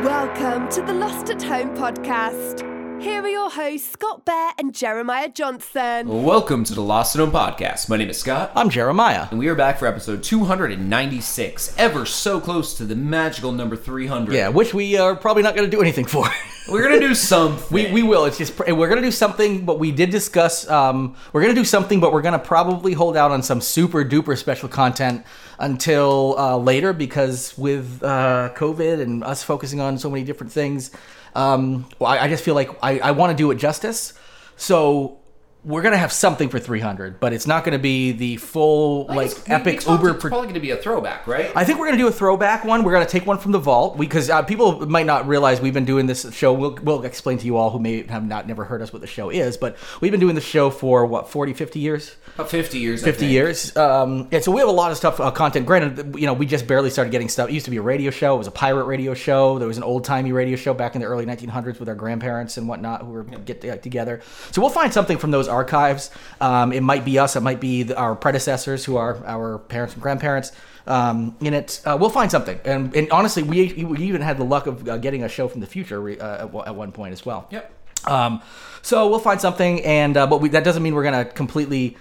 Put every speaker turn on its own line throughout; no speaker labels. Welcome to the Lost at Home podcast. Here are your hosts, Scott Bear and Jeremiah Johnson.
Welcome to the Lost and Home podcast. My name is Scott,
I'm Jeremiah.
and we are back for episode 296, ever so close to the magical number 300.
Yeah, which we are probably not going to do anything for.
We're going to do something.
we, we will. It's just pr- we're going to do something, but we did discuss. Um, we're going to do something, but we're going to probably hold out on some super duper special content until uh, later because with uh, COVID and us focusing on so many different things, um, well, I, I just feel like I, I want to do it justice. So. We're gonna have something for 300, but it's not gonna be the full
I
like
guess we- we
epic
talked-
Uber.
It's
pro-
probably going to be a throwback, right?
I think we're gonna do a throwback one. We're gonna take one from the vault because uh, people might not realize we've been doing this show. We'll, we'll explain to you all who may have not never heard us what the show is, but we've been doing the show for what 40, 50 years.
About 50 years. I
50
think.
years. Um, yeah, so we have a lot of stuff, uh, content. Granted, you know, we just barely started getting stuff. It used to be a radio show. It was a pirate radio show. There was an old timey radio show back in the early 1900s with our grandparents and whatnot who were get uh, together. So we'll find something from those archives. Um, it might be us. It might be the, our predecessors who are our parents and grandparents. Um, in it, uh, we'll find something. And, and honestly, we, we even had the luck of uh, getting a show from the future uh, at one- at one point as well.
Yep.
Um, so we'll find something, and uh, but we, that doesn't mean we're gonna completely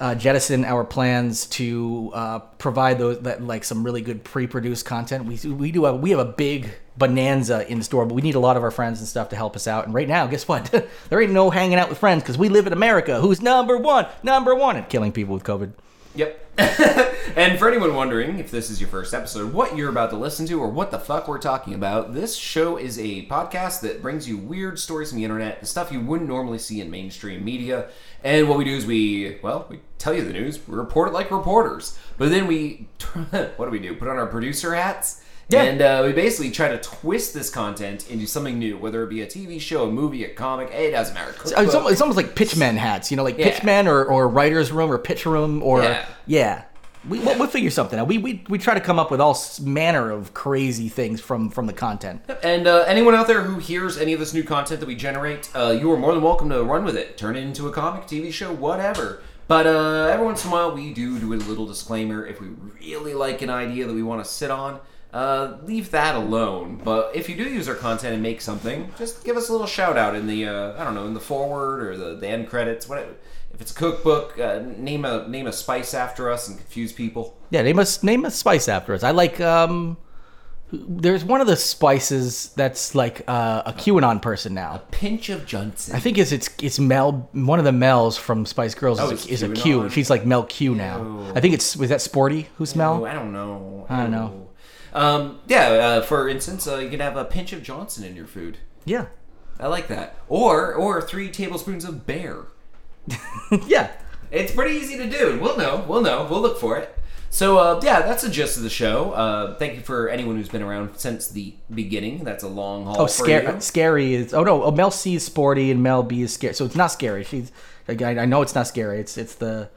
uh, jettison our plans to uh, provide those that like some really good pre-produced content. We we do have we have a big bonanza in store, but we need a lot of our friends and stuff to help us out. And right now, guess what? there ain't no hanging out with friends because we live in America. Who's number one? Number one at killing people with COVID.
Yep. and for anyone wondering if this is your first episode, what you're about to listen to, or what the fuck we're talking about, this show is a podcast that brings you weird stories from the internet, the stuff you wouldn't normally see in mainstream media. And what we do is we, well, we tell you the news, we report it like reporters. But then we, what do we do? Put on our producer hats?
Yeah.
And uh, we basically try to twist this content into something new, whether it be a TV show, a movie, a comic, it doesn't matter.
Uh, It's
Cookbook.
almost, it's almost like pitchman hats, you know, like
Yeah.
pitchman or, or writer's room or pitch room or
Yeah.
yeah. We, We'll, we'll figure something out. We, we we try to come up with all s- manner of crazy things from from the content.
And uh, anyone out there who hears any of this new content that we generate, uh, you are more than welcome to run with it. Turn it into a comic, TV show, whatever. But uh, every once in a while, we do do a little disclaimer. If we really like an idea that we want to sit on, uh, leave that alone. But if you do use our content and make something, just give us a little shout out in the uh, I don't know in the forward or the, the end credits. What if it's a cookbook? Uh, name a name a spice after us and confuse people.
Yeah, name a name a spice after us. I like um. There's one of the spices that's like uh, a QAnon person now.
Pinch of Johnson.
I think it's it's it's Mel. One of the Mel's from Spice Girls
Oh,
is,
it's
a, is a Q,
QAnon.
and she's like Mel Q now. I think it's was that Sporty who's
Oh,
Mel.
I don't know.
I don't know.
Um, yeah, uh, for instance, uh, you can have a pinch of Johnson in your food.
Yeah,
I like that. Or or three tablespoons of bear.
yeah.
It's pretty easy to do. We'll know. We'll know. We'll look for it. So uh, yeah, that's the gist of the show. Uh, thank you for anyone who's been around since the beginning. That's a long haul.
Oh,
for
scary!
you.
Scary is. Oh no! Oh, Mel C is sporty and Mel B is scary. So it's not scary. She's. I, I I know it's not scary. It's it's the.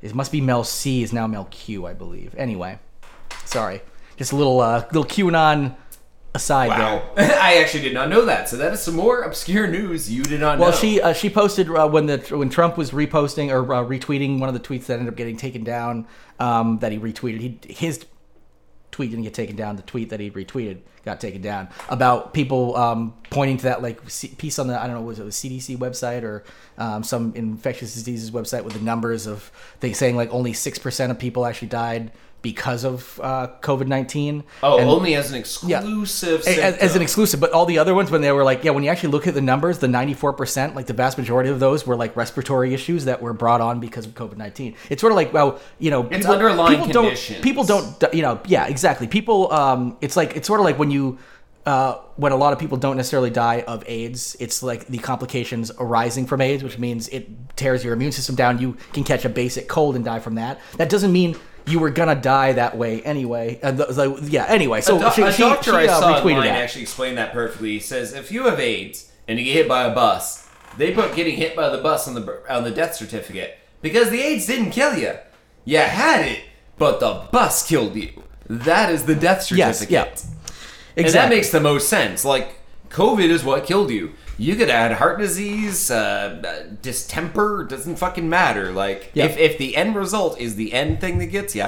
It must be Mel C is now Mel Q, I believe. Anyway, sorry. Just a little uh little QAnon aside there.
Wow, I actually did not know that. So that is some more obscure news you did not know.
Well, she uh, she posted uh, when the when Trump was reposting or uh, retweeting one of the tweets that ended up getting taken down um, that he retweeted. He his tweet didn't get taken down. The tweet that he retweeted got taken down about people um, pointing to that like C- piece on the I don't know was it the CDC website or um, some infectious diseases website with the numbers of things saying like only six percent of people actually died because of uh, COVID nineteen.
Oh, only as an exclusive.
A- as, as an
symptom.
exclusive but all the other ones when they were like yeah when you actually look at the numbers the 94% like the vast majority of those were like respiratory issues that were brought on because of covid-19 it's sort of like well you know
It's underlying
people
conditions.
don't people don't you know yeah exactly people um it's like it's sort of like when you uh, when a lot of people don't necessarily die of AIDS, it's like the complications arising from AIDS, which means it tears your immune system down. You can catch a basic cold and die from that. That doesn't mean you were gonna die that way anyway. Uh, th- th- yeah. Anyway, so
Do-
she,
a
she-
doctor
she,
I
uh,
saw
retweeted
online
that.
actually explained that perfectly. He says if you have AIDS and you get hit by a bus, they put getting hit by the bus on the bur- on the death certificate because the AIDS didn't kill you. You had it, but the bus killed you. That is the death
Yes,
certificate.
yeah.
And
Exactly.
that makes the most sense. Like COVID is what killed you. You could add heart disease, uh, uh, distemper, doesn't fucking matter. Like
Yeah.
if, if the end result is the end thing that gets you,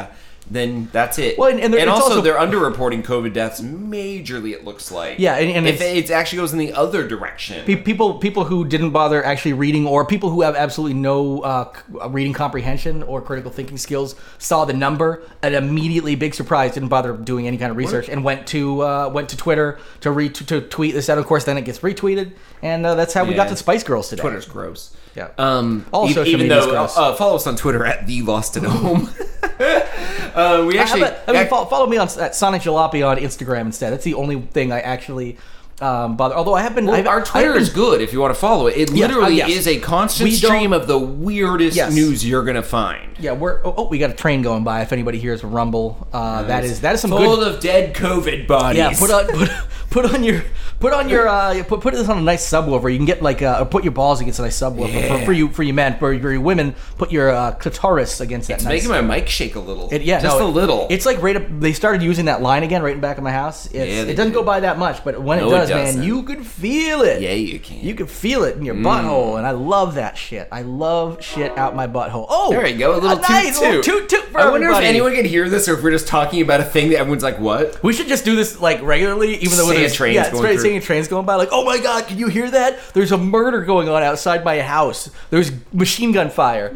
then that's it.
Well, and- and there- it's
also,
also-
they're underreporting COVID deaths majorly. It looks like
Yeah, and- and
if it
it's-
actually goes in the other direction,
Pe- people people who didn't bother actually reading or people who have absolutely no uh, c- uh, reading comprehension or critical thinking skills saw the number and immediately big surprise didn't bother doing any kind of research and went to uh, went to Twitter to re- to, to tweet this out of course then it gets retweeted and uh, that's how we got
Yeah.
to Spice Girls today
Twitter's gross.
Yeah.
Um,
All
e-
social
even
media's
though,
gross.
Uh, follow us on Twitter at the Lost at Home. uh, we
I have
actually.
a- I mean fo- follow me on s- at Sonic Jalopy on Instagram instead that's the only thing I actually um, bother although I have been I've,
our
I've
Twitter
been
is good if you want to follow it. It
Yes, uh,
literally
yes.
is a constant
We don't-
stream of the weirdest
Yes.
news you're gonna find.
Yeah, we're oh, oh we got a train going by. If anybody hears a rumble, uh, that is that is some
Full
good.
of dead COVID bodies.
yeah, put on put, put on your put on your uh, put put this on a nice subwoofer. You can get like uh, or put your balls against a nice subwoofer for, for you for you men for, your women. Put your uh, clitoris against that.
It's
nice,
making my mic shake a little.
It- yeah,
just
no,
a
it-
little.
It's like right up. They started using that line again right in back of my house. It's,
Yeah, they
it doesn't
do.
go by that much, but when
No,
it
it
does,
doesn't.
man, you can feel it.
yeah, Mm. you can.
You can feel it in your butthole, and I love that shit. I love shit out my butthole. Oh,
There you go, a little toot
nice, little
toot.
toot toot for
I wonder
everybody.
if anyone can hear this or if we're just talking about a thing that everyone's like, what?
We should just do this like regularly, even though
Say a
there's-
train's
yeah, it's
going
great
through.
seeing a train's going by. Like, oh my god, can you hear that? There's a murder going on outside my house. There's machine gun fire.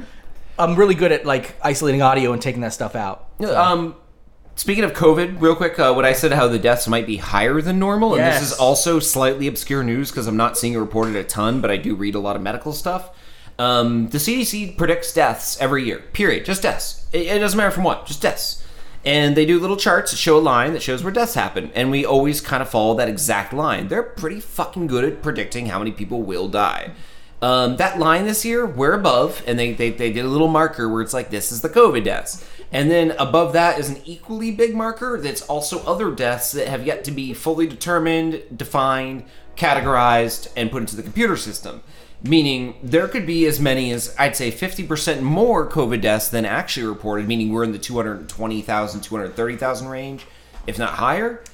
I'm really good at like isolating audio and taking that stuff out.
Um, speaking of COVID, real quick, uh, what I said how the deaths might be higher than normal, and this is
Yes.
also slightly obscure news because I'm not seeing it reported a ton, but I do read a lot of medical stuff. Um, the CDC predicts deaths every year. Period. Just deaths. It, it doesn't matter from what. Just deaths. And they do little charts that show a line that shows where deaths happen, and we always kind of follow that exact line. They're pretty fucking good at predicting how many people will die. Um, that line this year, we're above, and they, they they did a little marker where it's like this is the COVID deaths, and then above that is an equally big marker that's also other deaths that have yet to be fully determined, defined, categorized, and put into the computer system. Meaning there could be as many as I'd say 50% more COVID deaths than actually reported. Meaning we're in the 220,000, 230,000 range, if not higher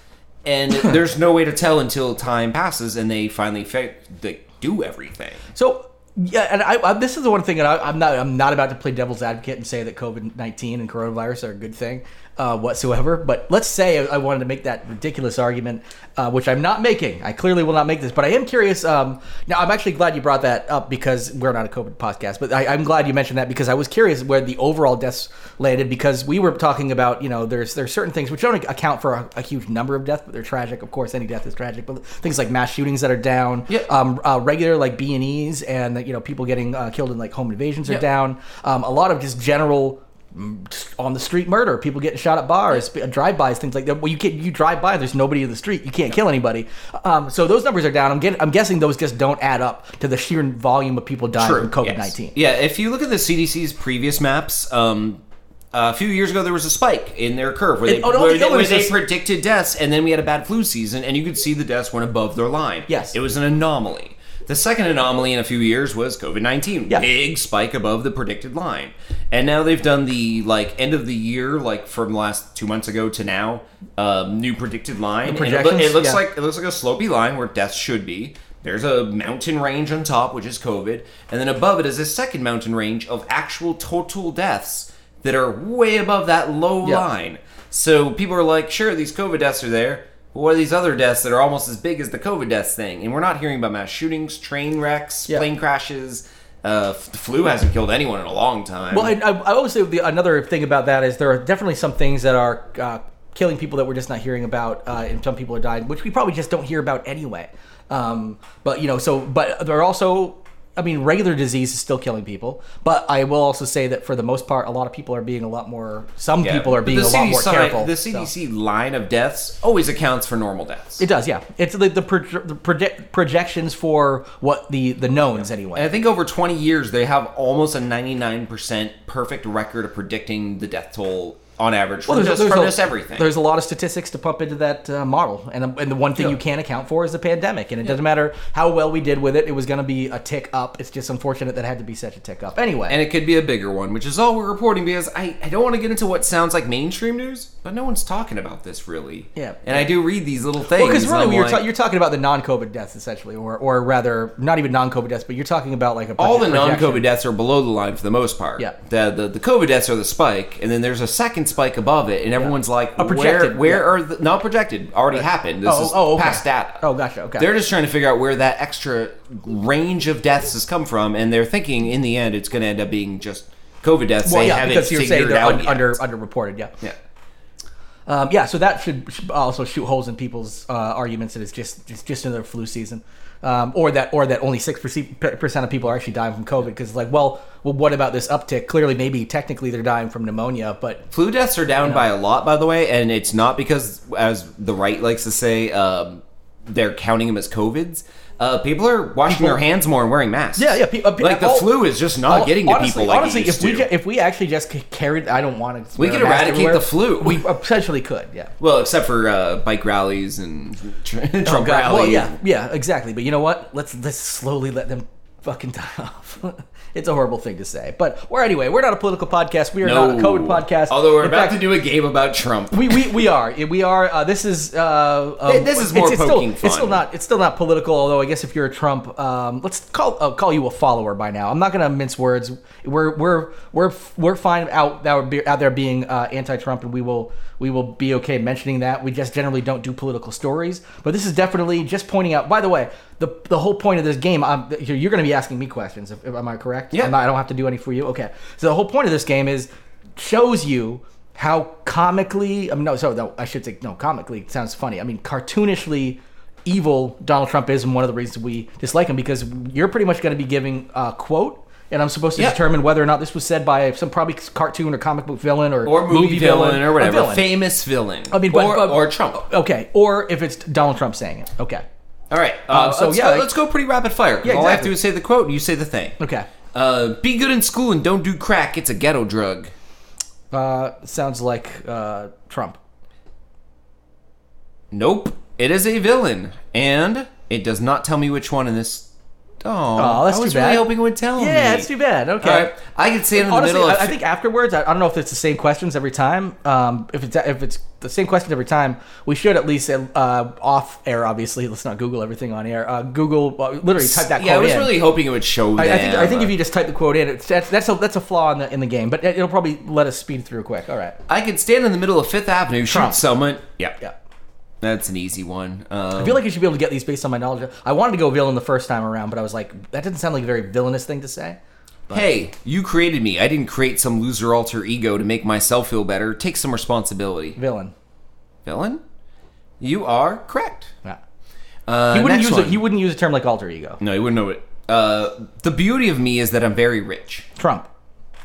and there's no way to tell until time passes and they finally fa- they do everything.
So yeah, and I, I this is the one thing, and I, I'm not I'm not about to play devil's advocate and say that COVID nineteen and coronavirus are a good thing uh, whatsoever. But let's say I, I wanted to make that ridiculous argument, uh, which I'm not making. I clearly will not make this, but I am curious. Um, now I'm actually glad you brought that up because we're not a COVID podcast, but I, I'm glad you mentioned that because I was curious where the overall deaths landed because we were talking about you know there's there's certain things which don't account for a, a huge number of deaths, but they're tragic. Of course, any death is tragic, but things like mass shootings that are down,
Yeah.
um, uh, regular like B and E's, and you know people getting uh, killed in like home invasions are
Yeah.
down. Um, a lot of just general mm, just on the street murder, people getting shot at bars, b- drive-bys, things like that. Well, you can't you drive by, there's nobody in the street, you can't kill anybody. Um, so those numbers are down. I'm getting, I'm guessing those just don't add up to the sheer volume of people dying from COVID nineteen.
Yes. Yeah, if you look at the CDC's previous maps, um, a few years ago there was a spike in their curve where they,
And- oh, no,
where
the
they, where
illness
they
is-
predicted deaths, and then we had a bad flu season, and you could see the deaths went above their line.
Yes.
it was an anomaly. The second anomaly in a few years was COVID nineteen.
Yeah.
big spike above the predicted line, and now they've done the like end of the year, like from last two months ago to now, um, new predicted line. And it loo-
projections?
it, looks
Yeah.
like it looks like a slopey line where death should be. There's a mountain range on top, which is COVID, and then above it is a second mountain range of actual total deaths that are way above that low
Yeah.
line. So people are like, sure, these COVID deaths are there. But what are these other deaths that are almost as big as the COVID deaths thing? And we're not hearing about mass shootings, train wrecks,
Yeah.
plane crashes. Uh, f- the flu hasn't killed anyone in a long time.
Well, and I, I always say the, another thing about that is there are definitely some things that are uh, killing people that we're just not hearing about, uh, and some people are dying, which we probably just don't hear about anyway. Um, but you know, so but there are also, I mean, regular disease is still killing people. But I will also say that for the most part, a lot of people are being a lot more. Some
Yeah.
people are
But
being a
the
lot more
CDC
careful.
The
so.
CDC line of deaths always accounts for normal deaths.
It does, yeah. It's the the, proje- the proje- projections for what the the knowns anyway.
And I think over 20 years, they have almost a 99% perfect record of predicting the death toll on average from, just, from just everything.
Oh, There's a lot of statistics to pump into that uh, model, and um, and the one thing you can't account for is the pandemic, and it doesn't matter how well we did with it. It was going to be a tick up. It's just unfortunate that it had to be such a tick up. Anyway,
and it could be a bigger one, which is all we're reporting because I, I don't want to get into what sounds like mainstream news, but no one's talking about this really.
Yeah.
And I do read these little things.
well, because Oh, really,
and I'm
we were ta-
like,
you're talking about the non-COVID deaths essentially, or or rather, not even non-COVID deaths, but you're talking about like a
all the
proje-
non
projection.
COVID deaths are below the line for the most part.
Yeah.
The, the, the COVID deaths are the spike, and then there's a second second spike above it, and everyone's like,
A
where,
projected,
where
yeah.
are the, not projected? Already happened. This
Oh,
is
oh, okay.
past data.
Oh, gotcha, okay.
They're just trying to figure out where that extra range of deaths has come from, and they're thinking in the end it's going to end up being just COVID deaths.
Well,
they
yeah,
haven't
because you're saying
figured
they're
out
un-
yet.
under underreported. Yeah.
Yeah.
Um, yeah, so that should should also shoot holes in people's uh, arguments that it's just it's just another flu season, um, or that or that only six percent of people are actually dying from COVID because like well well what about this uptick? Clearly, maybe technically they're dying from pneumonia, but
Flu deaths are down by a lot, by the way, and it's not because, as the right likes to say, um, they're counting them as COVIDs. Uh, people are washing their hands more and wearing masks.
Yeah, yeah, pe- uh, pe-
like the
all-
flu is just not
Hon-
getting to people like
honestly,
it used
if we
to.
ju- if we actually just c- carried, I don't want to.
We could eradicate the flu.
We potentially could, yeah.
well, except for uh, bike rallies and tr- Trump
Oh, God,
rallies.
Well, yeah, yeah, exactly. But you know what? Let's let's slowly let them fucking die off. it's a horrible thing to say, but we're anyway. We're not a political podcast. We are
No.
not a COVID podcast.
Although we're
In
about
fact,
to do a game about Trump.
we, we, we are we are uh, this is uh, uh,
This is more
it's, it's
poking
still, It's still
fun.
not it's still not political. Although I guess if you're a Trump, um, let's call uh, call you a follower by now. I'm not gonna mince words. We're we're we're we're fine out that would be out there being uh, anti-Trump, and we will we will be okay mentioning that. We just generally don't do political stories, but this is definitely just pointing out. By the way, the the whole point of this game, I'm, you're, you're gonna be asking me questions. If, am I correct?
Yeah.
I'm not- I don't have to do any for you. Okay. So the whole point of this game is shows you how comically, I mean, no, so no, I should say, no, comically it sounds funny. I mean, cartoonishly evil Donald Trump is, and one of the reasons we dislike him because you're pretty much going to be giving a quote, and I'm supposed to
Yeah.
determine whether or not this was said by some probably cartoon or comic book villain or,
or movie, villain, or
A
whatever,
villain.
famous villain. I
mean,
or,
but- but-
or Trump.
Okay. Or if it's Donald Trump saying it. Okay.
All right. Uh,
so,
let's
yeah,
go,
like-
let's go pretty rapid fire. 'cause
Yeah,
All I have to
exactly.
do is say the quote, and you say the thing.
Okay.
Uh, be good in school and don't do crack. It's a ghetto drug.
Uh, sounds like uh, Trump.
Nope. It is a villain, and it does not tell me which one in this. Oh,
Aw, that's
I was
too
really
bad.
hoping it would tell me.
Yeah, that's too bad. Okay.
All right. I could say it in the
Honestly,
middle.
I,
Of,
I think afterwards, I, I don't know if it's the same questions every time. Um, if it's if it's the same questions every time, we should at least uh, off air. Obviously, let's not Google everything on air. Uh, Google uh, literally type that.
yeah, I
quote
was
in.
really hoping it would show.
I, I think, I
them.
think if you just type the quote in, it's, that's that's a, that's a flaw in the in the game, but it- it'll probably let us speed through quick. All right.
I could stand in the middle of Fifth Avenue, shoot
Trump.
someone. Yeah,
Yeah.
that's an easy one. Um,
I feel like you should be able to get these based on my knowledge. I wanted to go villain the first time around, but I was like, that doesn't sound like a very villainous thing to say.
Hey, you created me. I didn't create some loser alter ego to make myself feel better. Take some responsibility.
Villain.
Villain? You are correct.
Yeah.
Uh,
He wouldn't
next
use
one.
a, he wouldn't use a term like alter ego.
No, he wouldn't know it. Uh, the beauty of me is that I'm very rich.
Trump.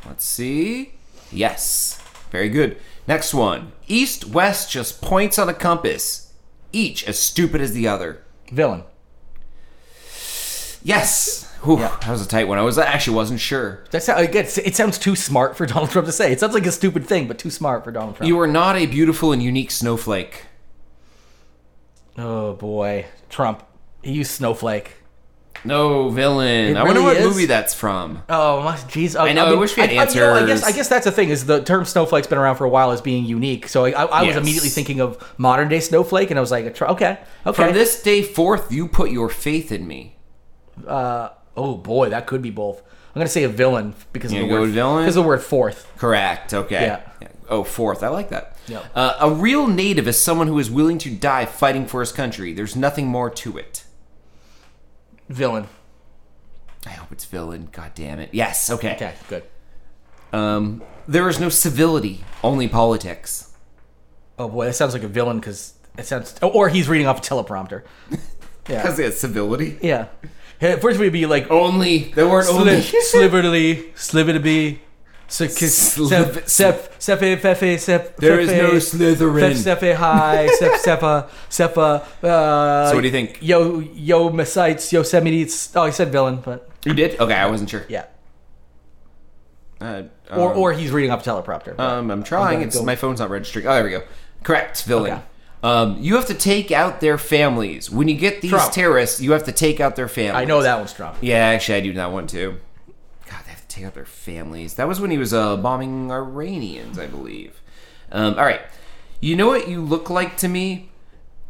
Let's see. Yes. Very good. Next one. East, west, just points on a compass. Each as stupid as the other.
Villain.
Yes. Whew,
Yeah.
That was a tight one. I was I actually wasn't sure.
That's how, again, it sounds too smart for Donald Trump to say. It sounds like a stupid thing, but too smart for Donald Trump.
You are not a beautiful and unique snowflake.
oh boy, Trump. He used snowflake.
No villain.
It
I wonder
really
what
is.
movie that's from.
Oh my jeez.
I know, I wish we had
you know, I guess I
answers.
guess that's the thing is the term snowflake's been around for a while as being unique. So I, I, I
Yes.
was immediately thinking of modern day snowflake, and I was like, tr- okay, okay.
From this day forth, you put your faith in me.
oh boy, that could be both. I'm gonna say a villain because
You
of the
go
word
with villain?
Because of the word fourth.
Correct. Okay.
Yeah.
Oh, fourth. I like that.
Yep.
Uh, a real native is someone who is willing to die fighting for his country. There's nothing more to it.
Villain.
I hope it's villain. God damn it. Yes. Okay.
Okay, good.
Um, there is no civility, only politics.
Oh boy, that sounds like a villain because it sounds. Or he's reading off a teleprompter. Yeah.
it's civility.
Yeah. Hey, First we'd be like
Only the word only.
sli- sliverly, sliverly, sep
Sliv-
sep sepe fefe sep.
There is no
fefe,
Slytherin.
Sep sefe high sep sepa sepa. Uh,
So what do you think?
Yo yo Messites Yosemites. Oh, I said villain, but
You did? Okay, I wasn't sure.
yeah.
Uh,
Or
um,
or he's reading off a teleprompter.
Um, I'm trying.
gonna
It's
go-
my phone's not registering. Oh, there we go. Correct, villain.
Okay.
Um, you have to take out their families. When you get these
Trump.
terrorists, you have to take out their families.
I know that one's Trump.
Yeah, actually, I do that one too. God, they have to take out their families. That was when he was uh, bombing Iranians, I believe. Um, all right. You know what you look like to me?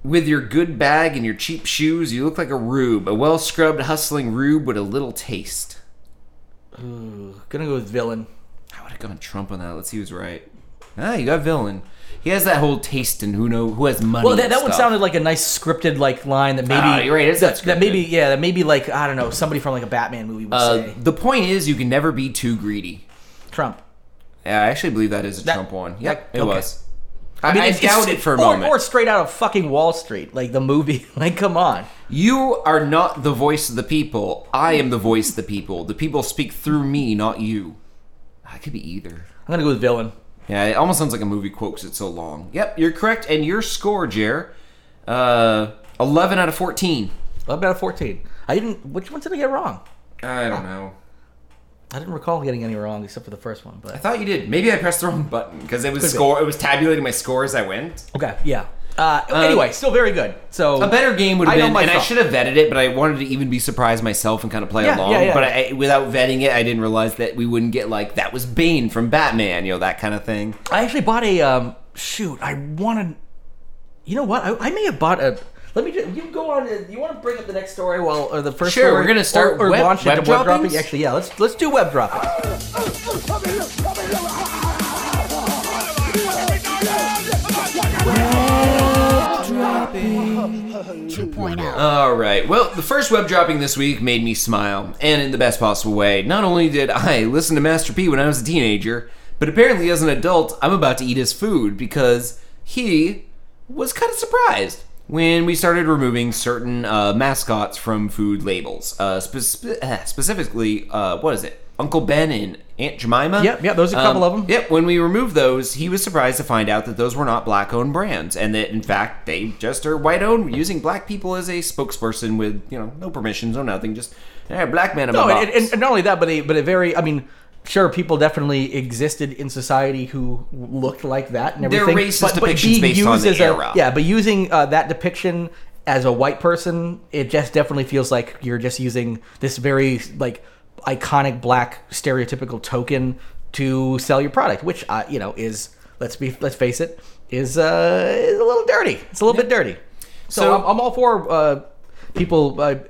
With your good bag and your cheap shoes, you look like a rube, a well scrubbed, hustling rube with a little taste.
Gonna go with villain.
I would have gone Trump on that. Let's see who's right. ah, you got villain. He has that whole taste in who know who has money.
Well, that,
and
that one
stuff.
sounded like a nice scripted like line that maybe
Ah, you're right, it's
that,
not
that maybe
scripted.
yeah that maybe like I don't know somebody from like a Batman movie would
Uh,
say
the point is, you can never be too greedy.
Trump.
Yeah, I actually believe that is a
That-
Trump one.
that-
Yep, it
okay.
was. I, mean, I
it's- it's-
doubted for a
or,
moment.
or straight out of fucking Wall Street, like the movie. Like, come on.
You are not the voice of the people. I am the voice of the people. The people speak through me, not you. I could be either.
I'm gonna go with villain.
Yeah, it almost sounds like a movie quote 'cause it's so long. Yep, you're correct. And your score, Jer, uh, 11 out of 14.
What about a 14? I didn't. Which ones did I get wrong?
I don't know.
I didn't recall getting any wrong except for the first one. But
I thought you did. Maybe I pressed the wrong button because it was
be.
score. It was tabulating my score as I went.
okay, yeah. Uh, anyway, still very good. So
Um, A better game would
I
have
know
been, and I
myself.
should have vetted it, but I wanted to even be surprised myself and kind of play
Yeah,
along.
yeah, yeah.
But I, without vetting it, I didn't realize that we wouldn't get like that was Bane from Batman, you know, that kind of thing.
I actually bought a um, shoot. I wanted. You know what? I, I may have bought a. Let me. Just, you go on. To, you want to bring up the next story? Well, or the first.
Sure,
story,
we're gonna start
or, or
web-
launch
web
into web dropping.
droppings?
Actually, yeah. Let's let's do web dropping.
All right. Well, the first web dropping this week made me smile, and in the best possible way. Not only did I listen to Master P when I was a teenager, but apparently as an adult, I'm about to eat his food because he was kind of surprised when we started removing certain uh, mascots from food labels. Uh, spe- spe- uh, specifically, uh, what is it? Uncle Ben and Aunt Jemima. Um,
Yep, yep, there's a couple of 'em.
Yep, when we removed those, he was surprised to find out that those were not black owned brands and that in fact they just are white owned, using black people as a spokesperson with, you know, no permissions, no nothing, just eh, black man in
No,
a box.
and, and, and not only that, but a but a very. I mean, sure, people definitely existed in society who looked like that and
They're
everything.
racist
but, but
depictions
being
based
used
on the
as
era.
A, yeah, but using uh, that depiction as a white person, it just definitely feels like you're just using this very like iconic black stereotypical token to sell your product, which uh, you know is let's be let's face it is uh, is a little dirty. It's a little bit dirty. So,
So-
I'm, I'm all for uh, people uh, n-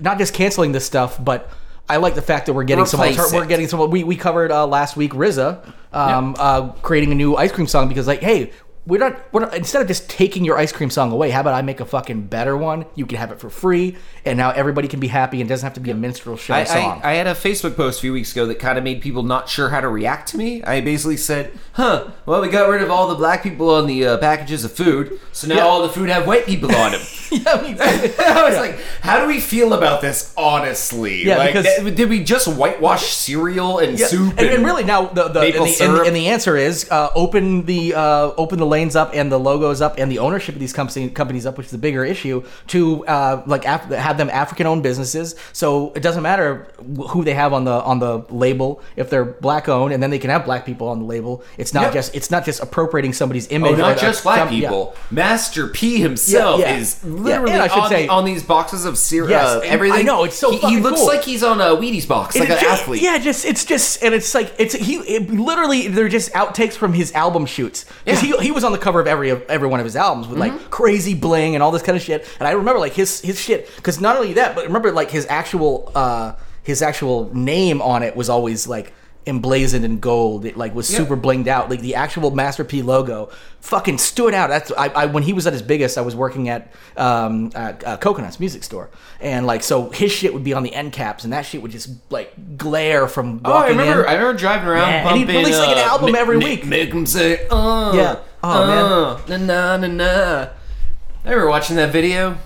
not just canceling this stuff, but I like the fact that we're getting some
Replace
alter-
it.
we're getting some we we covered uh, last week RZA um, uh, creating a new ice cream song because like hey we're not, we're not instead of just taking your ice cream song away how about I make a fucking better one you can have it for free and now everybody can be happy and it doesn't have to be a minstrel show
I,
song.
I, I had a Facebook post a few weeks ago that kind of made people not sure how to react to me. I basically said, huh, well, we got rid of all the black people on the uh, packages of food, so now
Yeah.
all the food have white people on them.
yeah, exactly.
I was like, how do we feel about this honestly?
Yeah,
like,
because-
th- did we just whitewash cereal and
Yeah,
soup?
And, and really now the the, and the,
maple
and the- and,
syrup.
the answer is uh, open the uh, open the lanes up and the logos up and the ownership of these company, companies up, which is the bigger issue to uh, like Af- have them African owned businesses. So it doesn't matter wh- who they have on the on the label if they're black owned, and then they can have black people on the label. It's not
Yep.
just it's not just appropriating somebody's image.
Oh,
or
not
the-
just black
some- yeah.
people. Master P himself
Yeah, yeah.
is
Yeah,
literally
and I should
on,
say-
the, on these boxes of cereal.
Yes, and I
everything.
know, it's so
He, he
fucking
looks
cool.
like he's on a Wheaties box, like
And
an
it just-
athlete.
Yeah, just it's just and it's like it's he it, literally they're just outtakes from his album shoots because
Yeah. Mm-hmm.
he he was on the cover of every of every one of his albums with like crazy bling and all this kind of shit. And I remember like his his shit because not only that, but remember like his actual uh his actual name on it was always like emblazoned in gold it like was super blinged out like the actual master p logo fucking stood out that's I, I when he was at his biggest i was working at um uh, uh, coconuts music store and like so his shit would be on the end caps and that shit would just like glare from
Oh, I
walking
remember.
in
I remember driving around.
Yeah, and
bumping,
he'd release, like, an
uh,
album
ma-
every
ma-
week.
Make him say, "Uh,
Yeah. Oh, man.
uh, man, na na na na." I remember watching that video.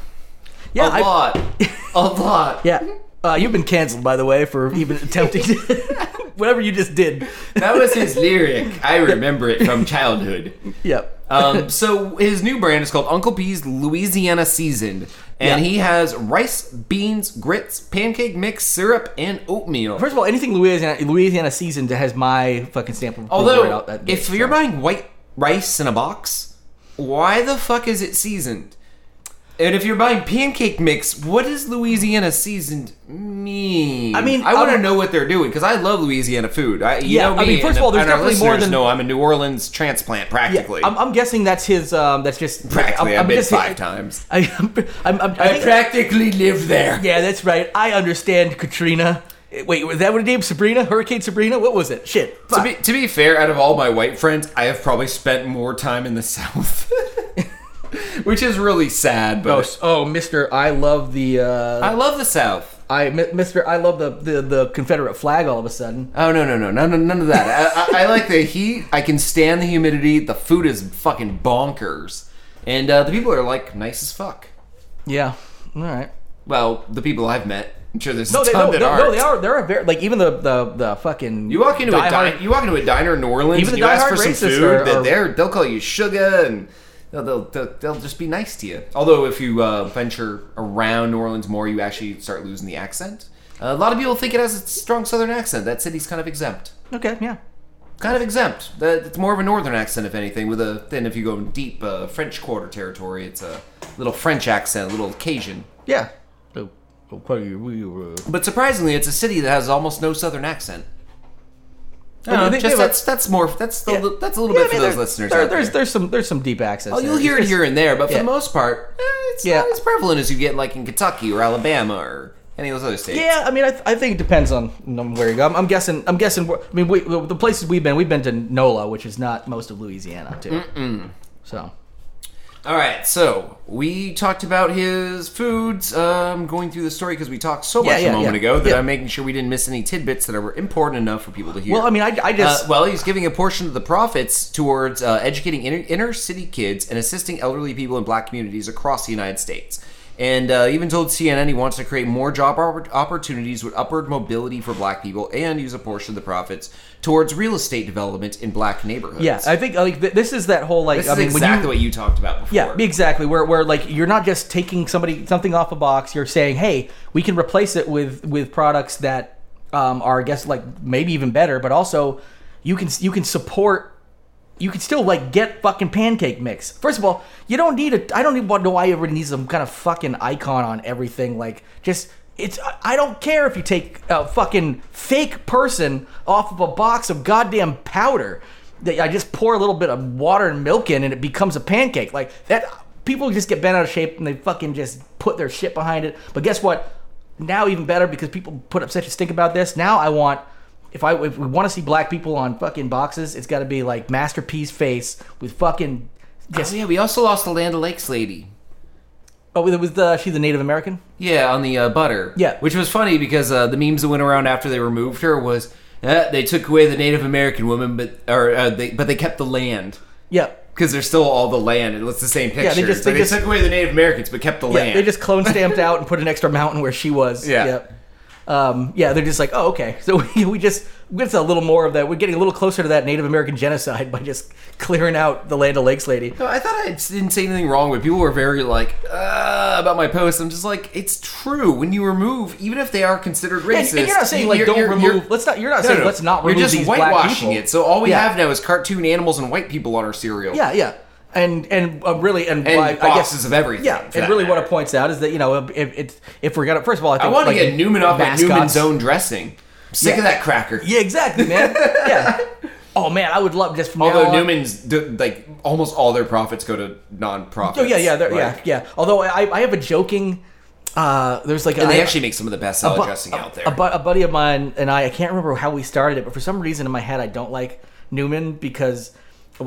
yeah
a
I-
lot, a lot.
yeah uh, you've been canceled by the way for even attempting to whatever you just did
That was his lyric. I remember it from childhood.
yep
Um, so his new brand is called Uncle P's Louisiana Seasoned, and
Yeah.
he has rice, beans, grits, pancake mix, syrup, and oatmeal.
First of all, anything Louisiana Louisiana seasoned has my fucking stamp of approval right
Although,
out that
if
gate,
you're
so.
buying white rice in a box, why the fuck is it seasoned? And if you're buying pancake mix, what does Louisiana seasoned mean?
I mean,
I want to
I'm-
know what they're doing because I love Louisiana food. I, you
Yeah,
know
I
me,
mean, first
and
of all, there's
and our
definitely more
listeners
than-
know I'm a New Orleans transplant
yeah,
practically.
I'm, I'm guessing that's his. Um, that's just
practically, i have
I'm, I'm
been
just-
five times.
I, I'm, I'm, I'm, I
I
think-
practically live there.
yeah, that's right. I understand Katrina. Wait, was that what it named Sabrina? Hurricane Sabrina? What was it? Shit.
To
Fuck.
be, to be fair, out of all my white friends, I have probably spent more time in the South, which is really sad.
oh,
But
s- oh, Mister, I love the uh,
I love the South.
I, Mi- Mister, I love the, the the Confederate flag. All of a sudden,
Oh no no no none of- none of that. I, I, I like the heat. I can stand the humidity. The food is fucking bonkers, and uh, the people are like nice as fuck.
yeah. All right.
Well, the people I've met. I'm sure there's
No,
a
they,
ton
no, no,
that
no,
aren't.
they are. They're a very like even the the the fucking.
You walk into a
diehard-
diner. You walk into a diner in New Orleans.
Even
and
the
you ask
diehard
for some
racists
food.
are-
that
are-
they're, they'll call you sugar, and they'll they'll, they'll, they'll just be nice to you. Although if you uh, venture around New Orleans more, you actually start losing the accent. Uh, a lot of people think it has a strong Southern accent. That city's kind of exempt.
Okay, yeah.
Kind of exempt. That- It's more of a northern accent, if anything. With a then, if you go in deep uh, French Quarter territory, it's a little French accent, a little Cajun.
Yeah. So, what are you- we were-
But surprisingly, it's a city that has almost no southern accent. I don't
Oh, But
know,
they-
just
they were-
that's that's more that's the,
Yeah.
that's a little
Yeah, I
bit
mean,
for those
there-
listeners.
there-
out
there's
there.
there's some there's some deep accents.
Oh, you'll
there.
hear it
It's
here and there, but for
yeah.
the most part, eh, it's
Yeah.
not as prevalent as you get like in Kentucky or Alabama or any of those other states.
Yeah, I mean, I, th- I think it depends on on where you go. I'm, I'm guessing. I'm guessing. where- I mean, we, the the places we've been, we've been to NOLA, which is not most of Louisiana, too. So
All right, so we talked about his foods. Um, going through the story because we talked so
Yeah,
much
yeah,
a moment
yeah.
ago that
Yeah.
I'm making sure we didn't miss any tidbits that were important enough for people to hear.
Well, I mean, I- I just-
Uh, well, he's giving a portion of the profits towards uh, educating inner, inner city kids and assisting elderly people in black communities across the United States. And uh, even told CNN he wants to create more job oppor- opportunities with upward mobility for black people and use a portion of the profits towards real estate development in black neighborhoods.
yeah, I think like th- this is that whole like
This
I
is
mean, when
exactly
you-
what you talked about before.
Yeah, exactly. Where where like you're not just taking somebody something off a box. You're saying, hey, we can replace it with with products that um, are, I guess, like maybe even better. But also, you can you can support. You can still like get fucking pancake mix. First of all, you don't need a. I don't even know why everyone needs some kind of fucking icon on everything. Like just. It's. I- I don't care if you take a fucking fake person off of a box of goddamn powder that I just pour a little bit of water and milk in and it becomes a pancake. Like that people just get bent out of shape and they fucking just put their shit behind it. But guess what? Now even better because people put up such a stink about this. Now I want if I if we want to see black people on fucking boxes, it's got to be like masterpiece face with fucking
Oh,
just
yeah, we also lost the Land O'Lakes lady.
oh it was the she's a Native American.
Yeah, on the uh, butter.
Yeah.
which was funny because uh, the memes that went around after they removed her was uh, they took away the Native American woman, but or uh, they, but they kept the land
Yeah.
because there's still all the land. It looks the same picture.
they just-
So
they
they,
just-
took away the Native Americans, but kept the
Yeah,
land.
they just clone stamped out and put an extra mountain where she was.
Yeah.
Yep. Um, yeah, they're just like, oh, okay. So we, we just we get a little more of that. We're getting a little closer to that Native American genocide by just clearing out the Land of Lakes lady.
No, I thought I didn't say anything wrong, but people were very like uh, about my post. I'm just like, it's true. When you remove, even if they are considered
And,
racist,
and you're not saying like
you're-
don't
you're-
remove.
you're-
let's not. You're not saying let's not remove
You're just
these black
whitewashing
people.
it. So all we
Yeah.
have now is cartoon animals and white people on our cereal.
Yeah, yeah, and and um, really, and,
And
why,
boxes
I guess,
of everything.
Yeah,
for
and
that
really, what
matter.
it points out is that you know if if, if we're gonna first of all, I,
I
think,
want
like,
to get Newman off my
mascots-
Newman's own dressing. I'm sick of
Yeah.
that cracker.
Yeah, exactly, man. yeah. Oh man, I would love just from
Although
now on-
Newman's do, like almost all their profits go to non-profits.
Oh yeah, yeah, they're-
like-
yeah, yeah. Although I, I have a joking. Uh, there's like
And
I-
they actually make some of the best salad
bu-
dressing out there.
A, bu- a buddy of mine and I, I can't remember how we started it, but for some reason in my head, I don't like Newman because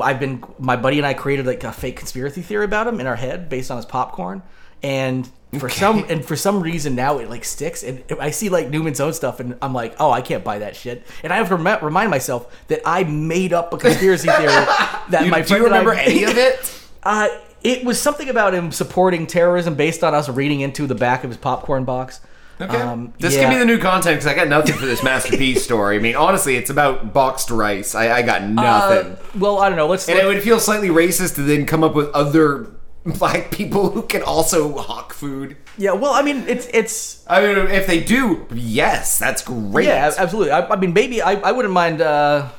I've been, my buddy and I created like a fake conspiracy theory about him in our head based on his popcorn. And for some, and for some reason now it like sticks. And I see like Newman's own stuff and I'm like, oh, I can't buy that shit. And I have to rem- remind myself that I made up a conspiracy theory that
You-
my
do
friend
you
and I-
remember any of it?
uh, it was something about him supporting terrorism based on us reading into the back of his popcorn box.
Okay.
Um,
this
yeah.
can be the new content because I got nothing for this masterpiece story. I mean, honestly, it's about boxed rice. I, I got nothing,
Uh, well, I don't know. Let's.
and it
let-
would feel slightly racist to then come up with other black people who can also hawk food.
yeah. Well, I mean, it's it's.
I mean, if they do, yes, that's great.
Yeah, ab- absolutely. I, I mean, maybe I, I wouldn't mind. Uh,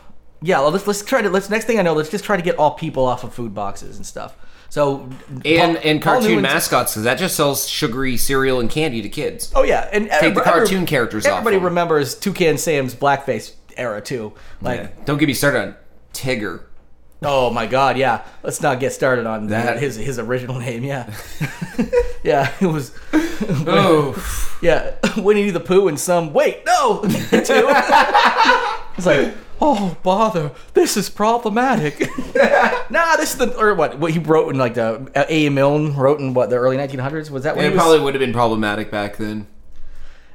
yeah. well, Let's let's try to. Let's next thing I know, let's just try to get all people off of food boxes and stuff. So
and
Paul-
and
Paul
cartoon
Newman's-
mascots because that just sells sugary cereal and candy to kids.
Oh yeah, and
Take the cartoon characters off
Everybody
them.
remembers Toucan Sam's blackface era too. Like,
Yeah. Don't get me started on Tigger.
Oh my God! Yeah, let's not get started on
That-
that. His his original name, yeah, yeah, it was.
Oh,
Yeah, Winnie the Pooh and some wait no. too. it's like oh bother, this is problematic. nah, this is the or what what he wrote in like the uh, A. Milne wrote in what the early 1900s was that when
It
he was,
probably would have been problematic back then.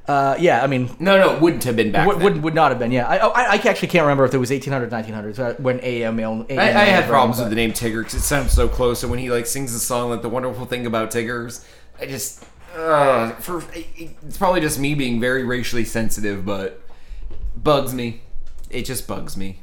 uh, yeah I mean
No, no, it wouldn't have been back
Would,
then.
would, would not have been, yeah. I, oh, I, I actually can't remember if it was 1800s, 1900s uh, when AML.
I, I had problems with the name Tigger because it sounds so close. And when he like sings the song, like the wonderful thing about Tiggers, I just uh, for it's probably just me being very racially sensitive, but bugs me. It just bugs me.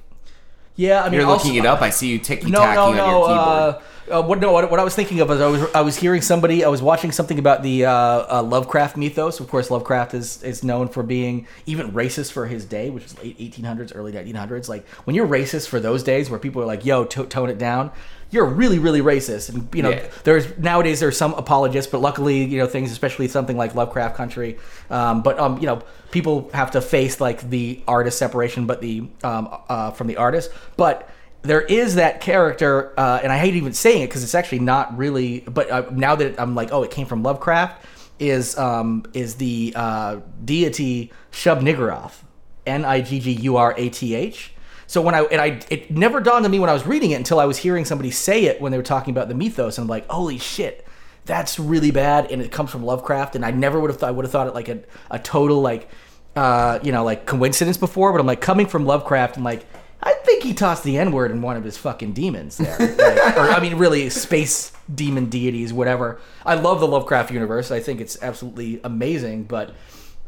Yeah, I mean,
You're
also-
looking it up. I see you ticky tacking
No, no,
on
no.
your keyboard.
Uh, uh, what, no, what, what I was thinking of is I was I was hearing somebody I was watching something about the uh, uh, Lovecraft mythos. Of course, Lovecraft is is known for being even racist for his day, which was late 1800s, early 1900s. Like when you're racist for those days, where people are like, "Yo, to tone it down," you're really, really racist. And you know,
Yeah.
there's nowadays there's some apologists, but luckily, you know, things, especially something like Lovecraft Country, um, but um, you know, people have to face like the artist separation, but the um, uh, from the artist, but there is that character, uh, and I hate even saying it because it's actually not really. But uh, now that I'm like, oh, it came from Lovecraft, is um, is the uh, deity Shub-Niggurath, N I G G U R A T H. So when I and I, it never dawned on me when I was reading it until I was hearing somebody say it when they were talking about the mythos, and I'm like, holy shit, that's really bad, and it comes from Lovecraft, and I never would have thought I would have thought it like a, a total like, uh, you know, like coincidence before, but I'm like coming from Lovecraft, and like. I think he tossed the N word in one of his fucking demons there. Like, or, I mean, really, space demon deities, whatever. I love the Lovecraft universe. I think it's absolutely amazing, but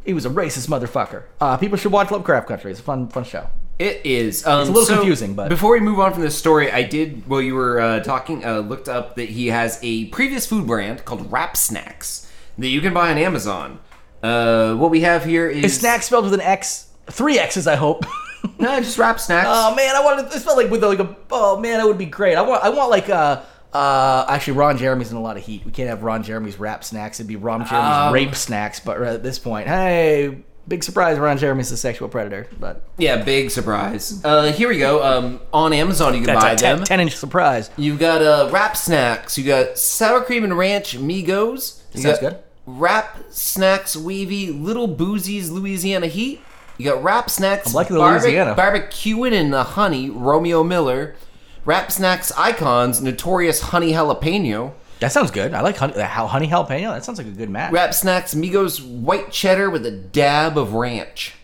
he was a racist motherfucker. Uh, people should watch Lovecraft Country. It's a fun, fun show.
It is. Um,
a little
so
confusing, but-
before we move on from this story, I did while you were uh, talking, uh, looked up that he has a previous food brand called Wrap Snacks that you can buy on Amazon. Uh, what we have here is,
Is snack spelled with an X? Three X's, I hope.
No, just Wrap Snacks.
oh man, I wanted. It felt like with like a. Oh man, that would be great. I want. I want like uh Uh, actually, Ron Jeremy's in a lot of heat. We can't have Ron Jeremy's rap snacks. It'd be Ron Jeremy's
Um.
rape snacks. But uh, at this point, hey, big surprise! Ron Jeremy's a sexual predator. But
yeah, big surprise. Uh, here we go. Um, on Amazon, you can buy
That's a
them.
ten inch surprise.
You got uh, Wrap Snacks. You got sour cream and ranch Migos. You
Sounds
got
good.
Wrap Snacks Weavy Little Boozy's Louisiana Heat. You got Wrap Snacks
liking the Louisiana.
Barbecuing and the Honey Romeo Miller. Wrap Snacks Icons Notorious Honey Jalapeno.
That sounds good. I like honey, the how honey jalapeno. That sounds like a good match.
Wrap Snacks Migos White Cheddar with a dab of ranch.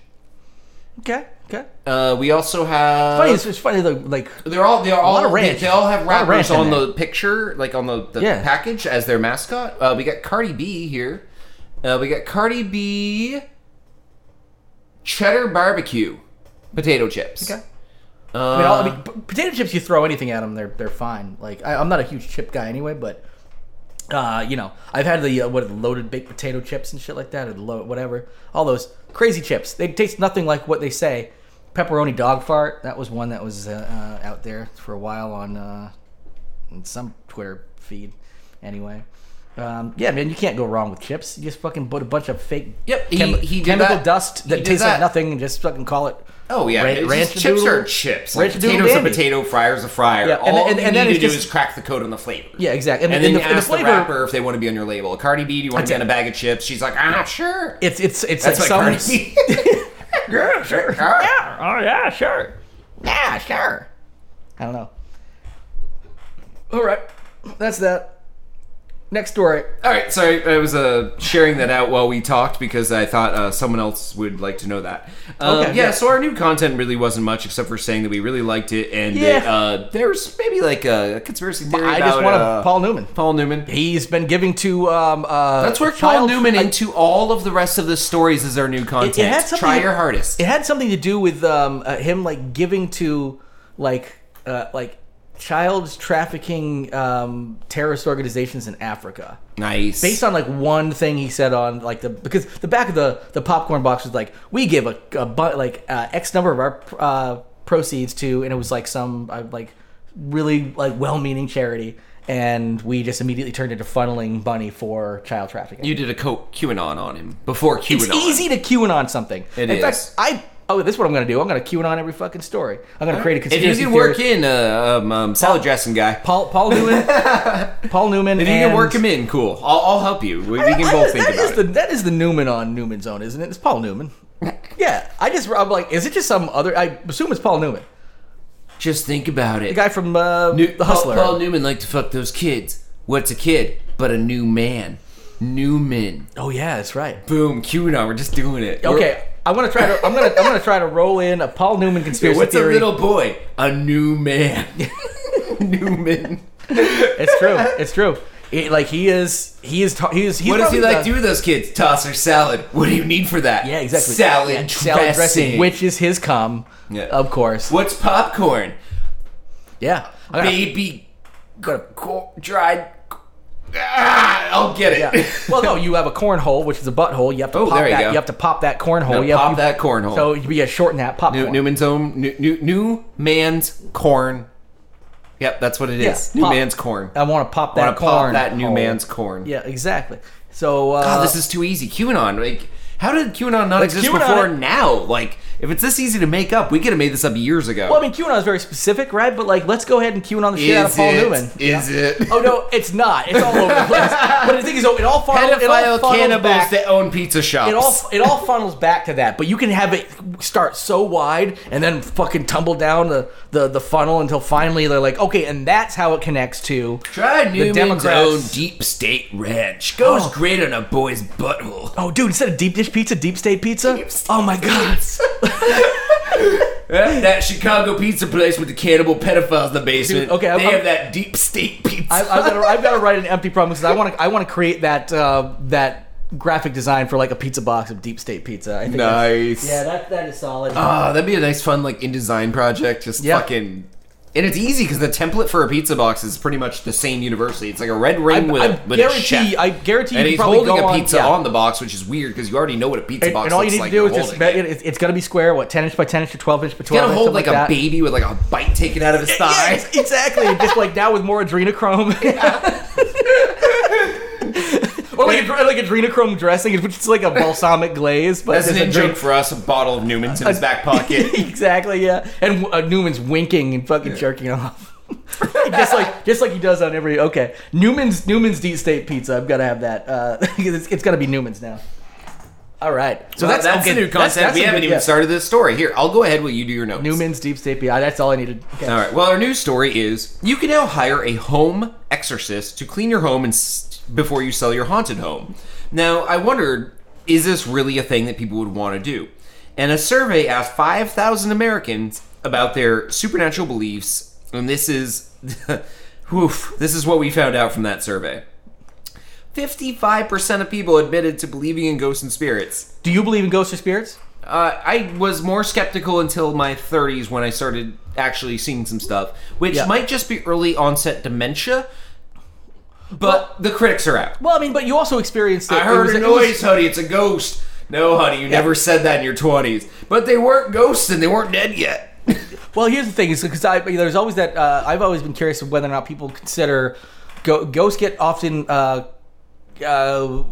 Okay, okay.
Uh, we also have.
Funny, it's, it's funny though. Like
They're all they're all
lot of ranch.
They, they all have
A lot of
rappers
ranch in
on
there.
the picture, like on the, the
Yeah.
package as their mascot. Uh, we got Cardi B here. Uh, we got Cardi B, cheddar barbecue, potato chips.
Okay.
Uh,
I mean, all, I mean, p- potato chips. You throw anything at them, they're they're fine. Like I, I'm not a huge chip guy anyway, but uh, you know, I've had the uh, what loaded baked potato chips and shit like that, or the lo- whatever. All those crazy chips. They taste nothing like what they say. Pepperoni dog fart. That was one that was uh, uh, out there for a while on uh, on some Twitter feed. Anyway. Um, yeah, man, you can't go wrong with chips. You just fucking put a bunch of fake
Yep, he- he did
chemical
that.
dust that
He did
tastes like
that.
nothing and just fucking call it
oh yeah,
Ra-
it's just
ranch
chips
doodle-
are chips. Like
ranch doodle
potatoes a
dandy.
potato, fryers a fryer.
Yeah, and
All
then- and-
you
and
need
then
to
it's
do
just-
is crack the code on the flavor.
Yeah, exactly.
And,
And,
then
and
you
the, and the
ask the,
flavor,
rapper if they want to be on your label. Cardi B, do you want to be on a bag of chips? She's like, ah, sure.
it's it's it's
That's
like
like
some,
Cardi B.
yeah,
Sure.
sure, yeah, oh yeah, sure, yeah, sure. I don't know. All right, that's that. Next story.
All right, sorry, I was uh, sharing that out while we talked because I thought uh, someone else would like to know that. Um,
Okay,
yeah,
yeah.
so our new content really wasn't much except for saying that we really liked it and that,
Yeah.
uh, there's maybe like a conspiracy theory
I
about
just want to
uh,
Paul Newman.
Paul Newman.
He's been giving to um uh.
Let's work Paul
child-
Newman
I-
into all of the rest of the stories as our new content.
had something
Try
to-
your hardest.
It had something to do with um uh, him like giving to like uh like child trafficking um terrorist organizations in Africa.
nice.
based on like one thing he said on like the because the back of the the popcorn box was like we give a, a bu- like uh, x number of our uh, proceeds to and it was like some uh, like really like well-meaning charity and we just immediately turned into funneling money for child trafficking
you did a co- QAnon on him before QAnon.
it's easy to QAnon something.
It
In
is.
fact, I oh, this is what I'm going to do. I'm going to QAnon every fucking story. I'm going to create a
If
conspiracy
you can
theory.
work in uh, um, um, salad dressing guy,
Paul Paul Newman, Paul Newman.
if you can
and-
work him in, cool. I'll, I'll help you. We, we can
I-
both
that
think
is
about
the,
it.
That is the Newman on Newman's own, isn't it? It's Paul Newman. yeah, I just I'm like, is it just some other? I assume it's Paul Newman,
Just think about it.
the guy from uh,
New-
The Hustler.
Paul, Paul Newman liked to fuck those kids. What's a kid but a new man? Newman.
oh yeah, that's right.
Boom. QAnon. We're just doing it. We're-
Okay, I'm gonna try to I'm gonna I'm gonna try to roll in a Paul Newman conspiracy
What's
theory.
a little boy? A new man. Newman.
It's true. It's true. It, like he is he is ta- he is. He's
What does he
probably
like
the-
do with those kids? Toss or salad? What do you need for that?
Yeah, exactly.
Salad,
Yeah,
dressing.
salad dressing, which is his cum,
Yeah.
of course.
What's popcorn?
Yeah, I'm gonna-
Baby co- dried. Ah, I'll get it.
Yeah. Well, no, you have a cornhole, which is a butthole. You have to
Oh,
pop
there you
that.
go.
You have to pop that cornhole. You
pop
have,
that cornhole.
So you yeah, shorten that pop.
new, Newman's own new, new new man's corn. Yep, that's what it
Yeah,
is. new
pop.
man's corn.
I want to pop that
want to
corn.
pop that new
hole.
man's corn.
Yeah, exactly. So uh,
God, this is too easy. QAnon, like, how did QAnon not exist
QAnon-
before now? Like, if it's this easy to make up, we could have made this up years ago.
Well, I mean, QAnon is very specific, right? But like, let's go ahead and QAnon the shit out of
is
Paul
it?
Newman.
Is it?
Oh no, it's not. It's all over the place. But the thing is, oh, it all funnels. It all
Pedophile
funnels
cannibals
back.
that own pizza shops.
It all it all funnels back to that. But you can have it start so wide and then fucking tumble down the the, the funnel until finally they're like, okay, and that's how it connects to.
Try Newman's
Democrats-
own deep state ranch. Goes
Oh.
great on a boy's butthole.
Oh, dude! Instead of deep dish pizza, deep state pizza.
state
oh my god!
Eh, that Chicago pizza place with the cannibal pedophiles in the basement.
Dude, okay, I'm-
they
I'm-
have that deep state pizza.
I, I've, got to, I've got to write an empty promise. 'cause I want to. I want to create that uh, that graphic design for like a pizza box of deep state pizza. I think that's-
nice.
Yeah, that that is solid.
Ah, that'd be a nice, fun like InDesign project. Just
Yeah.
fucking. And it's easy because the template for a pizza box is pretty much the same university. It's like a red ring
I-
with,
I
a, with a
guarantee-
chef.
I guarantee you
And
could
he's
probably
holding
go
a
on-
pizza
yeah.
on the box, which is weird because you already know what a pizza
and,
box
and all you
looks
need
like
to do
when
is
you're
just
holding
bet
it.
it. it's, it's going to be square. What ten inch by ten inch to twelve inch by
It's
twelve?
gonna
inch,
hold
something
like, a
that.
baby with like a bite taken out of his thigh.
Yes, exactly. Just like now with more adrenochrome. or like, adre- like adrenochrome dressing, which is like a balsamic glaze. But
That's an
there's
in
adren-
joke for us. A bottle of Newman's in his back pocket.
exactly, yeah. And uh, Newman's winking and fucking jerking off. just like just like he does on every okay Newman's Newman's deep state pizza. I've got to have that. Uh, it's, it's got to be Newman's now. All right, so
So that's, that's
okay,
the new concept.
that's
we
a
haven't
good-
even
yeah.
started this story. Here, I'll go ahead while you do your notes.
Newman's deep state pizza. That's all I needed. Okay.
All right. Well, our news story is you can now hire a home exorcist to clean your home and s- before you sell your haunted home. Now, I wondered, is this really a thing that people would want to do? And a survey asked 5,000 Americans about their supernatural beliefs, and this is oof, this is what we found out from that survey. 55% of people admitted to believing in ghosts and spirits.
Do you believe in ghosts or spirits?
Uh, I was more skeptical until my 30s when I started actually seeing some stuff, which
Yeah.
might just be early onset dementia. But the critics are out.
Well, I mean, but you also experienced it.
I
It
heard
was-
a
it was-
noise, honey. It's a ghost. No, honey, you never said that in your 20s. But they weren't ghosts and they weren't dead yet.
Well, here's the thing: is because I there's always that uh, I've always been curious of whether or not people consider go, ghosts get often uh, uh,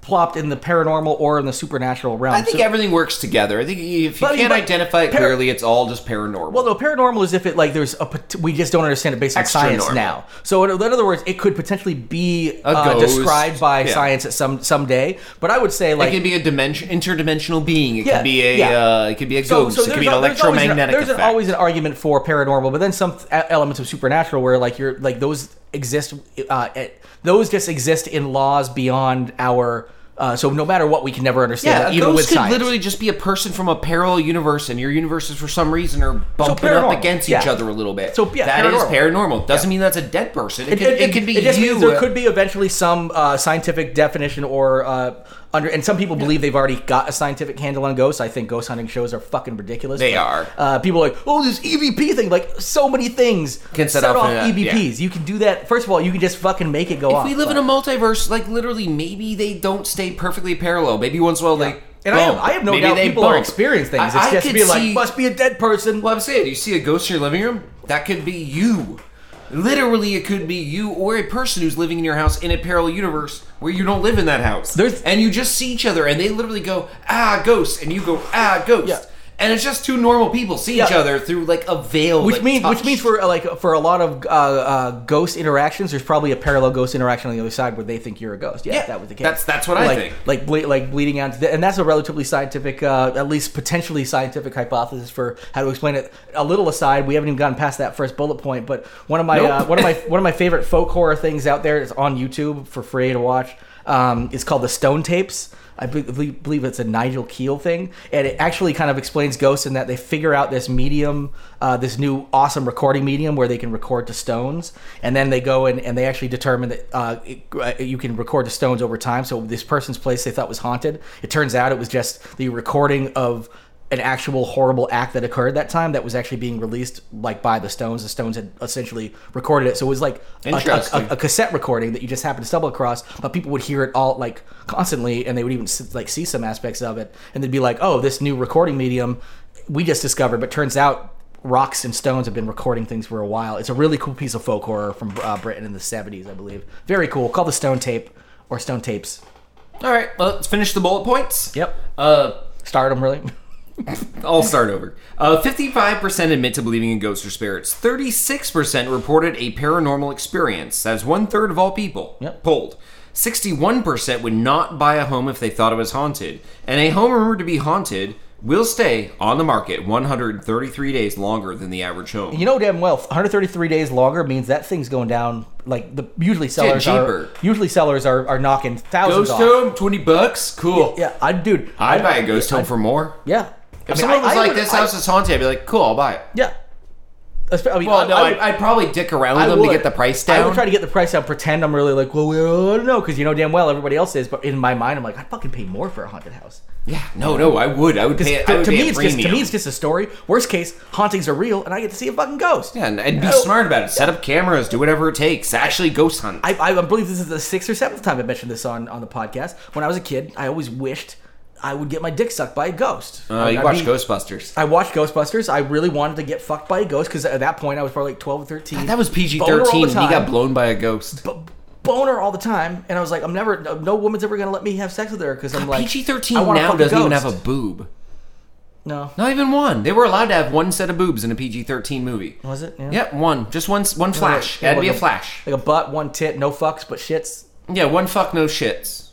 plopped in the paranormal or in the supernatural realm.
I think
So-
everything works together. I think if you
But-
can't
but-
identify it
par-
clearly, it's all just paranormal.
well, no, paranormal is if it like there's a pot- we just don't understand it based on
Extra
science
normal.
now. So in, in other words, it could potentially be uh,
ghost.
described by
Yeah.
science at some someday. But I would say
it
like
can be a dimension, interdimensional being. It
Yeah,
can be a.
yeah.
Uh, it could be a ghost. it
there's
could be an
al- there's always an-
electromagnetic
There's, an-
effect.
always an argument for paranormal, but then some th- elements of supernatural where like you're like those exist. Uh, at, those just exist in laws beyond our. Uh, so no matter what, we can never understand.
Yeah,
it,
a
even
ghost
with
could
science.
literally just be a person from a parallel universe, and your universes for some reason are bumping
paranormal,
up against each
yeah.
other a little bit.
So, yeah,
that is
paranormal.
paranormal. Doesn't mean that's a dead person. It,
It,
could,
it,
it, could be
it just
you. uh,
means there could be eventually some uh, scientific definition or uh, under. And some people believe they've already got a scientific handle on ghosts. I think ghost hunting shows are fucking ridiculous.
They
but,
are.
Uh, people are like, oh, this EVP thing. Like so many things
Can set off an- yeah.
EVPs. You can do that. First of all, you can just fucking make it go
If
off.
we live in
but-
a multiverse, like literally, maybe they don't stay perfectly parallel. Maybe once in a while, like.
And I have,
bump.
I have no
Maybe
doubt
they
people are
bump.
experiencing
I-
things. It's
I
just
could
being like,
see-
must be a dead person.
Well, I'm saying, you see a ghost in your living room? That could be you. Literally, it could be you or a person who's living in your house in a parallel universe where you don't live in that house.
There's-
and you just see each other, and they literally go, ah, ghost, and you go, ah, ghost.
Yeah.
and it's just two normal people see each
Yeah.
other through like a veil,
Which
Oh, like,
means, which
touch.
means for uh, like for a lot of uh, uh, ghost interactions, there's probably a parallel ghost interaction on the other side where they think you're a ghost. Yeah,
Yeah,
if that was the case.
that's- that's what I
Like-
think.
Like ble- like bleeding out, to the, and that's a relatively scientific, uh, at least potentially scientific hypothesis for how to explain it. A little aside, we haven't even gotten past that first bullet point, but one of my uh,
Nope.
one of my one of my favorite folk horror things out there is on YouTube for free to watch. Um, it's called the Stone Tapes. I be- believe, believe it's a Nigel Keel thing, and it actually kind of explains ghosts in that they figure out this medium, uh, this new awesome recording medium where they can record to stones, and then they go and, and they actually determine that uh, it- uh, you can record to stones over time. So this person's place they thought was haunted, it turns out it was just the recording of an actual horrible act that occurred that time that was actually being released like by the Stones. The Stones had essentially recorded it, so it was like a- a,
Interesting.
a- a cassette recording that you just happened to stumble across. But people would hear it all like constantly, and they would even s- like see some aspects of it, and they'd be like, "Oh, this new recording medium we just discovered." But turns out rocks and stones have been recording things for a while. It's a really cool piece of folk horror from uh, Britain in the '70s, I believe. Very cool. Called the Stone Tape or Stone Tapes.
All right, well, let's finish the bullet points.
Yep.
Uh,
Stardom, really.
I'll start over. Uh, 55% admit to believing in ghosts or spirits. 36% reported a paranormal experience. That's one third of all people
Yep.
polled. 61% would not buy a home if they thought it was haunted. And a home rumored to be haunted will stay on the market 133 days longer than the average home.
You know damn well, 133 days longer means that thing's going down. Like the usually sellers are
cheaper.
usually sellers are, are knocking thousands
ghost
off.
home, 20 bucks? Cool.
Yeah, I dude,
I'd buy a ghost home for more.
yeah.
If someone was like,
would-
this
I-
house is haunted, I'd be like, cool, I'll buy it.
yeah. Espe- I mean,
Well, no,
I, I
I'd,
would-
I'd probably dick around with
I
them
would.
to get the price
I
down.
would try to get the price down. Pretend I'm really like, well, well I don't know, because you know damn well everybody else is. But in my mind, I'm like, I'd fucking pay more for a haunted house.
Yeah, no, no, I would. I would pay it. I
To,
would
to
pay
me,
a
it's just to
premium.
me, it's just a story. Worst case, hauntings are real, and I get to see a fucking ghost.
yeah, and, and be
No.
smart about it. Set up cameras. Do whatever it takes. Actually, ghost hunt.
I, I believe this is the sixth or seventh time I mentioned this on, on the podcast. When I was a kid, I always wished I would get my dick sucked by a ghost.
uh, you
I'd
watch
be-
Ghostbusters.
I watched Ghostbusters. I really wanted to get fucked by a ghost because at that point I was probably like 12 or 13.
that was PG
Boner all
thirteen.
the
and He got
time.
blown by a ghost.
B- boner all the time. And I was like, I'm never, no, no woman's ever going to let me have sex with her because I'm like,
PG
I
thirteen
wanna
now
fuck a
doesn't even
ghost.
have a boob.
No.
Not even one. They were allowed to have one set of boobs in a PG thirteen movie.
Was it? Oh, Yeah.
Yep, one. Just one. s- One flash.
Yeah,
Had to be a
like
flash.
Like a butt, one tit, no fucks, but shits.
Yeah, one fuck, no shits.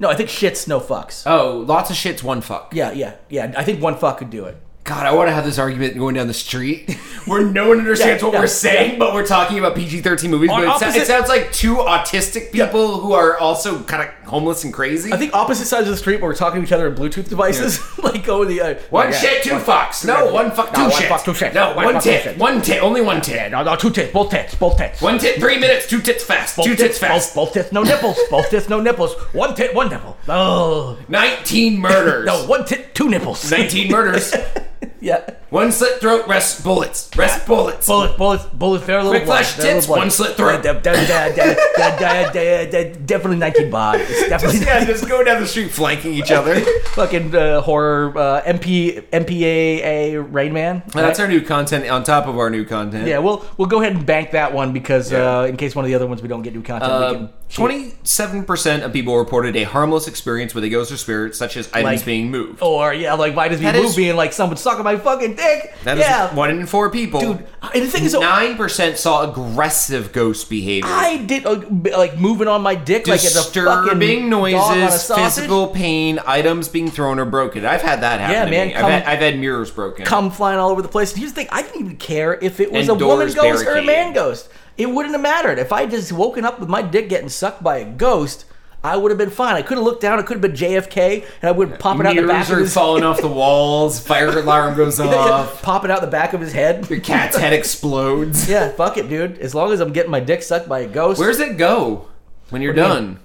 No, I think shits, no fucks.
Oh, lots of shits, one fuck.
yeah, yeah, yeah. I think one fuck could do it.
God, I want to have this argument going down the street where no one understands
Yeah,
what
yeah,
we're saying, but we're talking about PG 13 movies.
On
But it, so-
opposite-
it sounds like two autistic people who are also kind of homeless and crazy.
I think opposite sides of the street where we're talking to each other in Bluetooth devices, like go the uh,
one
yeah.
shit, two fucks. No, one fuck, two
No, one
shits.
fuck, two shits.
No,
One
one,
fuck, two
tit.
shits.
One tit. Only one tit.
No, no, two tits, both tits, both tits.
One tit, three minutes. Two tits fast. two tits,
both,
fast.
both tits, no nipples. both tits, no nipples. One tit, one nipple. Oh,
19 murders.
no, one tit, two nipples.
19 murders.
yeah,
one slit throat, rest bullets. Rest bullets.
bullets, bullets, bullets. Very little
Quick
blood.
flash
very little
tits,
blood.
one slit throat.
Da- da- da- da- da- da- da- da- Definitely nineteen bod. It's definitely
yeah, just go down the street flanking each other.
fucking uh, horror uh, MP MPAA Rain Man.
That's our new content on top of our new content.
Yeah, we'll we'll go ahead and bank that one because
Yeah. Uh,
uh, in case one of the other ones we don't get new content, we can
Um, Twenty-seven percent of people reported a harmless experience with a ghost or spirit, such as items
Like- oh,
being moved.
or yeah, like might as be
That is-
movie being like someone sucking my fucking dick.
That is
yeah,
one in four people.
dude. And the thing is, oh,
Nine percent saw aggressive ghost behavior,
I did uh, b- like moving on my dick like it's a fucking
disturbing
dog on a
noises,
sausage.
physical pain, items being thrown or broken. I've had that happen.
Yeah,
to
man,
me.
come-
I've, had, I've had mirrors broken.
cum flying all over the place. And here's the thing: I didn't even care if it was
And
a woman
doors
ghost or a man
barricaded.
ghost. It wouldn't have mattered if I just woken up with my dick getting sucked by a ghost. I would have been fine. I could have looked down. It could have been JFK, and I would have popped it out the back
mirrors
of
are
his
falling off the walls. Fire alarm goes off.
popping out the back of his head.
Your cat's head explodes.
Yeah, fuck it, dude. As long as I'm getting my dick sucked by a ghost,
Where's it go when you're
do you
done?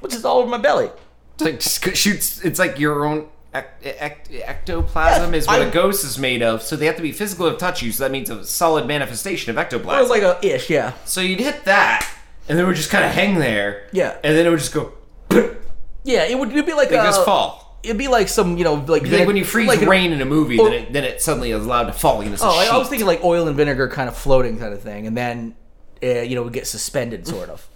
which is all over my belly.
It's like just c- shoots. It's like your own ect- ect- ectoplasm is what
I-
a ghost is made of. So they have to be physical to touch you. So that means a solid manifestation of
It was
ectoplasm.
like a ish, yeah.
so you'd hit that, and then it would just kind of hang there.
Yeah.
And then it would just go.
Yeah, it would it'd be like
It
a,
just fall.
It'd be like some, you know, Uh, like,
It's like when you freeze rain in a movie,
or-
then it then it suddenly is allowed to fall into some
Oh, I, I
sheet.
was thinking like eh, oil and vinegar kind of floating kind of thing, and then uh, you know would get suspended sort of.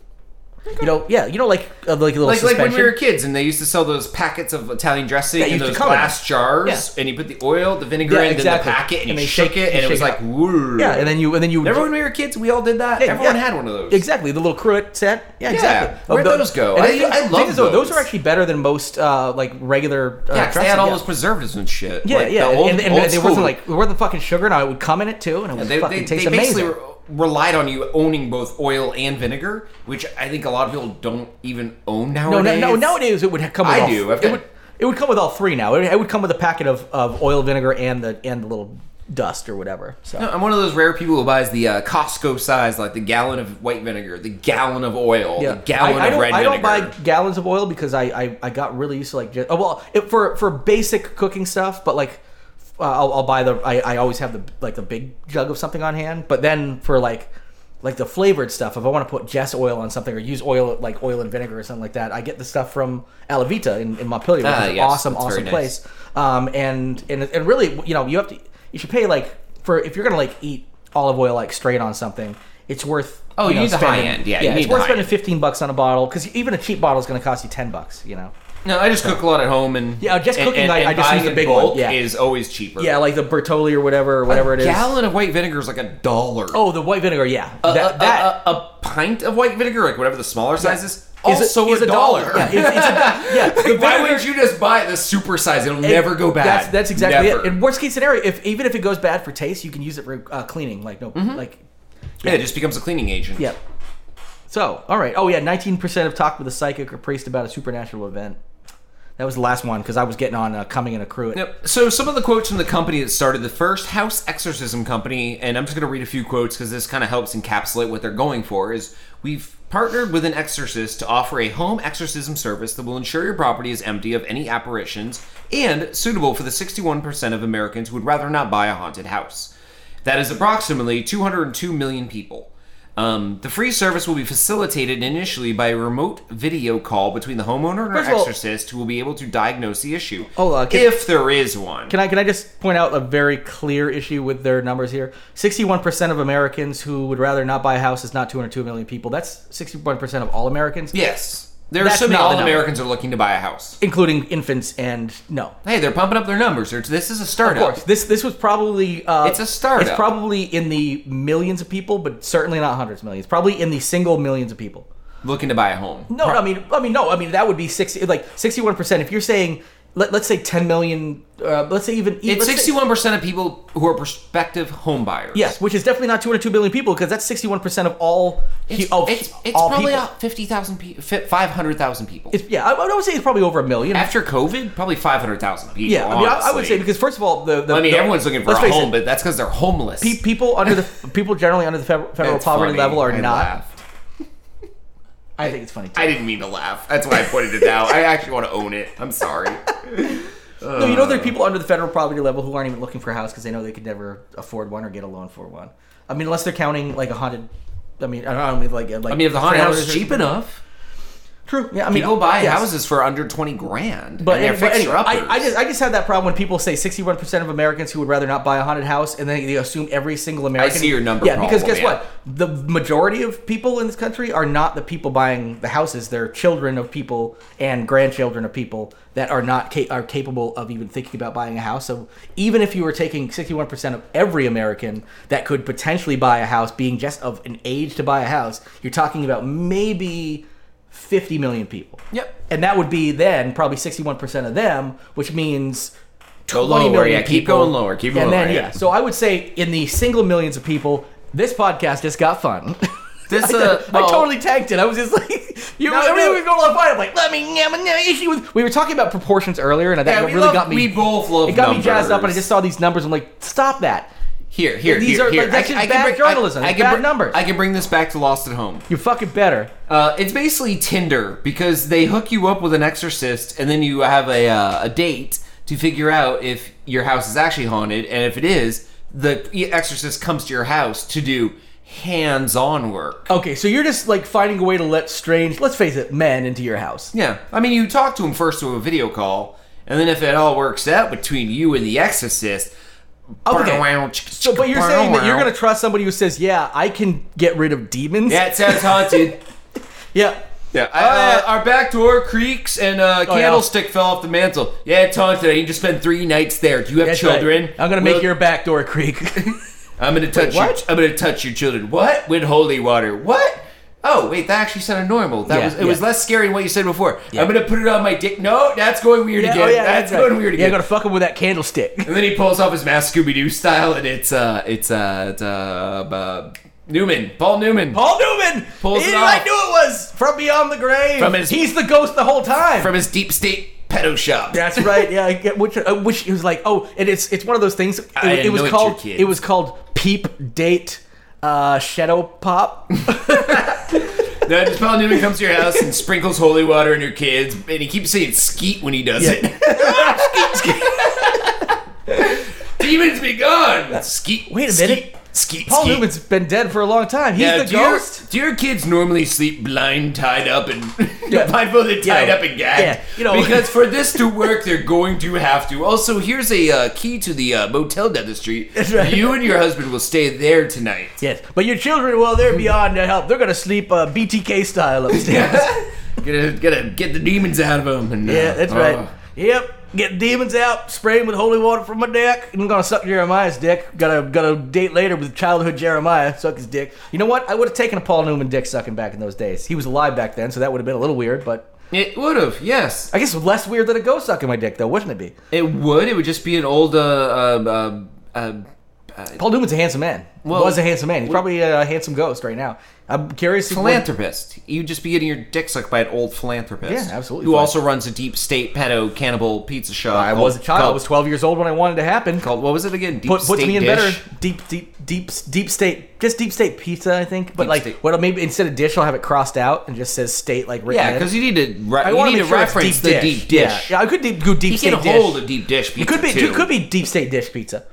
You know, yeah, you know, like uh, like a
Mm.
little
Like, like
suspension.
when we were kids and they used to sell those packets of Italian dressing
That
in
used to
those
come in.
glass jars,
Yeah.
and you put the oil, the vinegar,
Yeah,
in,
exactly.
then the packet, and,
And
you
they
shook
shake-
it,
you
and it was
shake it
like,
up.
woo.
yeah, and then you and then you
Remember when we were kids, we all did that.
Yeah,
Everyone
yeah.
had one of those.
Exactly, the little cruet set. Yeah, exactly.
Where'd
Oh, tho-
those go?
and
I-
think-
I
think
love
is, though, those.
those.
are actually better than most uh, like regular.
Yeah, 'cause
Uh,
they had
dressing,
all
yeah.
those preservatives and shit.
Yeah,
Like, the
yeah,
old-
and, and
old
there
school.
wasn't like there wasn't fucking sugar, and I would come in it too, and it would
they,
fucking
they, they
taste
basically
amazing.
re- relied on you owning both oil and vinegar, which I think a lot of people don't even own
no,
nowadays.
no, no, nowadays it would ha- come. With
I
all,
do, I've
It
got-
would, it would come with all three now. It, it would come with a packet of, of oil, vinegar, and the and the little dust or whatever. So
No, I'm one of those rare people who buys the uh, Costco size, like the gallon of white vinegar, the gallon of oil, the gallon
I, I
of
don't,
red
I don't
vinegar.
buy gallons of oil because I, I, I got really used to like just, oh, well it, for for basic cooking stuff, but like uh, I'll, I'll buy the I, I always have the like the big jug of something on hand. But then for like like the flavored stuff, if I want to put Jess oil on something or use oil like oil and vinegar or something like that, I get the stuff from Alavita in, in Montpelier, which
Ah,
is an
yes,
awesome
that's very
awesome
nice.
place um, and and and really, you know, you have to you should pay like for if you're gonna like eat olive oil like straight on something, it's worth
Oh, you
know,
need the high end. Yeah, you need
it's
the
worth
high
spending
end.
fifteen bucks on a bottle because even a cheap bottle is gonna cost you ten bucks. You know,
No, I just cook a lot at home, and
Yeah, just
and-
cooking,
and-
I-
and
I just use
buying
the
in
big
bulk
one, yeah.
is always cheaper.
yeah, like the Bertolli or whatever or whatever it is.
gallon Uh, of white vinegar is like a dollar.
Oh, the white vinegar. Yeah, that
a,
that
a, a, a pint of white vinegar, like whatever the smaller size is,
is a-
also
is a dollar. Yeah, it's, it's a, yeah. the
Why
vinegar-
would you just buy the super size? It'll never go bad.
That's, that's exactly
Never.
it. In worst case scenario, if even if it goes bad for taste, you can use it for uh, cleaning. Like no,
Mm-hmm.
like
Yeah, it just becomes a cleaning agent.
Yep. So, all right. Oh yeah, nineteen percent of talk with a psychic or priest about a supernatural event. That was the last one because I was getting on uh, coming in a crew.
Yep. So some of the quotes from the company that started the first house exorcism company, and I'm just going to read a few quotes because this kind of helps encapsulate what they're going for. Is we've partnered with an exorcist to offer a home exorcism service that will ensure your property is empty of any apparitions and suitable for the 61% of Americans who would rather not buy a haunted house. That is approximately 202 million people. Um, the free service will be facilitated initially by a remote video call between the homeowner and
First
her
of all-
exorcist, who will be able to diagnose the issue.
Hold on, can-
if there is one.
Can I can I just point out a very clear issue with their numbers here? Sixty-one percent of Americans who would rather not buy a house is not two hundred two million people. That's sixty-one percent of all Americans,
yes, they're
That's
assuming
not
all
the number.
Americans are looking to buy a house.
including infants and no.
Hey, they're pumping up their numbers. They're- This is a
Of
startup.
course, this this was probably uh,
It's a startup.
It's probably in the millions of people, but certainly not hundreds of millions. Probably in the single millions of people.
Looking to buy a home.
No, no, I mean, I mean, no, I mean that would be sixty, like sixty-one percent. If you're saying, let, let's say ten million, uh, let's say even
It's
let's say-
sixty-one percent of people who are prospective home buyers.
Yes, which is definitely not two hundred two million people because that's sixty-one percent of all.
it's,
of
it's, it's
all
probably
people.
uh, fifty thousand, five hundred thousand people.
It's, yeah, I, I would say it's probably over a million.
After COVID, probably five hundred thousand people.
yeah, I mean, I, I would
honestly.
say because first of all, the, the
I mean,
the-
everyone's looking for
let's
a
face it,
home, but that's because they're homeless.
pe- people under the people generally under the federal, federal
That's
poverty
funny.
level are
I
not.
laughed.
I think it's funny. Too.
I didn't mean to laugh. That's why I pointed it out. I actually want to own it. I'm sorry.
no, you know there are people under the federal poverty level who aren't even looking for a house because they know they could never afford one or get a loan for one. I mean, unless they're counting like a haunted. I mean, I don't know, like, uh, like
I mean, if the haunted house is
trailers or-
cheap enough,
True. Yeah, I mean,
people buy
yes.
houses for under twenty grand,
But,
and they're
but anyway,
fixer uppers.
I, I just I just have that problem when people say 61% of Americans who would rather not buy a haunted house, and then they assume every single American.
see your number
Yeah, because
problem,
guess what? The majority of people in this country are not the people buying the houses. They're children of people and grandchildren of people that are not ca- are capable of even thinking about buying a house. So even if you were taking 61% of every American that could potentially buy a house, being just of an age to buy a house, you're talking about maybe 50 million people.
Yep.
And that would be then probably 61% of them, which means
Go
20
lower,
million
yeah, keep
people.
going lower, keep
and
going
then,
lower,
yeah.
yeah.
So I would say in the single millions of people, this podcast just got fun.
This,
I,
uh,
I
well-
totally tanked it. I was just like, you
No,
everything
no.
we were going on fire. I'm like, let me, yeah, my yeah, issue with. We were talking about proportions earlier, and that
Yeah, we
really
love-
got me.
we both love
It got me jazzed up, and I
numbers.
just saw these numbers. I'm like, stop that.
here, here,
These
here,
are-
here.
like,
I,
that's
can-
just
I can
bad
bring-
journalism.
I, I
It's
can
bad
bring-
numbers.
I can bring this back to Lost at Home.
You're fucking better.
Uh, it's basically Tinder because they hook you up with an exorcist, and then you have a uh, a date to figure out if your house is actually haunted, and if it is, the exorcist comes to your house to do hands-on work.
Okay, so you're just like finding a way to let strange, let's face it, men into your house.
Yeah, I mean, you talk to him first through a video call, and then if it all works out between you and the exorcist.
Okay. So, but you're saying that you're gonna trust somebody who says, "Yeah, I can get rid of demons."
That sounds haunted.
Yeah. Oh,
Yeah, I, uh, our back door creaks and uh,
yeah.
candlestick fell off the mantle. Yeah, taunted. I need to spend three nights there. Do you have
That's right.
children? oh,
I'm gonna make
Will-
your back door creak.
I'm gonna touch you.
what?
I'm gonna touch your children. What? With holy water. What? Oh wait, that actually sounded normal. That
Yeah,
was it
yeah.
was less scary than what you said before.
Yeah. oh,
I'm gonna put it on my dick. No, that's going weird again. that's going weird
Yeah,
again.
I'm gonna fuck him with that candlestick.
And then he pulls off his mask Scooby Doo style, and it's uh it's uh, it's, uh, uh Newman, Paul Newman.
Paul Newman
Pulls
He-
it
I
off.
knew it was from beyond the grave.
From his-
he's the ghost the whole time.
from his deep state pedo shop.
That's right. Yeah, I get- which uh, which he was like, oh, and it's it's one of those things. It,
I
it was
anoint
called
your kids.
it was called peep date uh, shadow pop.
Then just Paul Newman comes to your house and sprinkles holy water on your kids, and he keeps saying skeet when he does it. Demons be gone. Skeet.
Wait a minute.
Skeet. Skeet.
Paul
skeet.
Newman's been dead for a long time. He's
Yeah,
the
do your-
ghost.
do your kids normally sleep blind, tied up, and
Yeah.
blindfolded, tied
Yeah.
up, and gagged?
Yeah, you know-
because for this to work, they're going to have to. Also, here's a uh, key to the uh, motel down the street.
That's right.
You and your husband will stay there tonight.
Yes, but your children, well, they're beyond their help. They're gonna sleep uh, BTK style upstairs.
Gotta, gotta get the demons out of them. And, uh,
yeah, that's
oh.
right. Yep, get demons out, spray 'em with holy water from my dick. I'm gonna suck Jeremiah's dick. Got to got to date later with childhood Jeremiah. Suck his dick. You know what? I would have taken a Paul Newman dick sucking back in those days. He was alive back then, so that would have been a little weird. But
It would have, yes.
I guess less weird than a ghost sucking my dick, though, wouldn't it be?
It would. It would just be an old. Uh, uh, uh, uh,
Paul Newman's a handsome man.
Well-
was a handsome man. He's probably a handsome ghost right now. I'm curious. if-
philanthropist. You'd just be getting your dick sucked by an old philanthropist.
Yeah, absolutely.
Who also runs a deep state pedo cannibal pizza shop.
I
called-
was a child. I
Called,
was 12 years old when I wanted to happen.
called- what was it again? Deep
Put, puts
state
me in
dish.
better deep, deep, deep, deep state. Just deep state pizza, I think. But
Deep
like,
state.
what? Maybe instead of dish, I'll have it crossed out and just says state like written.
Yeah,
in.
because you need to. Re-
I
you
wanna
need to
make sure it's
reference the deep dish.
Yeah, yeah, I could deep, go deep
You
state
can
dish.
hold a deep dish. Pizza
it could be,
Too.
it could be deep state dish pizza.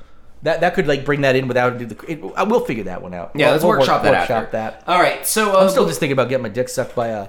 That that could like bring that in without do the. It, I will figure that one out.
Yeah,
We'll-
let's
we'll work-
workshop that out.
Workshop that.
All right. So uh,
I'm still just thinking about getting my dick sucked by a,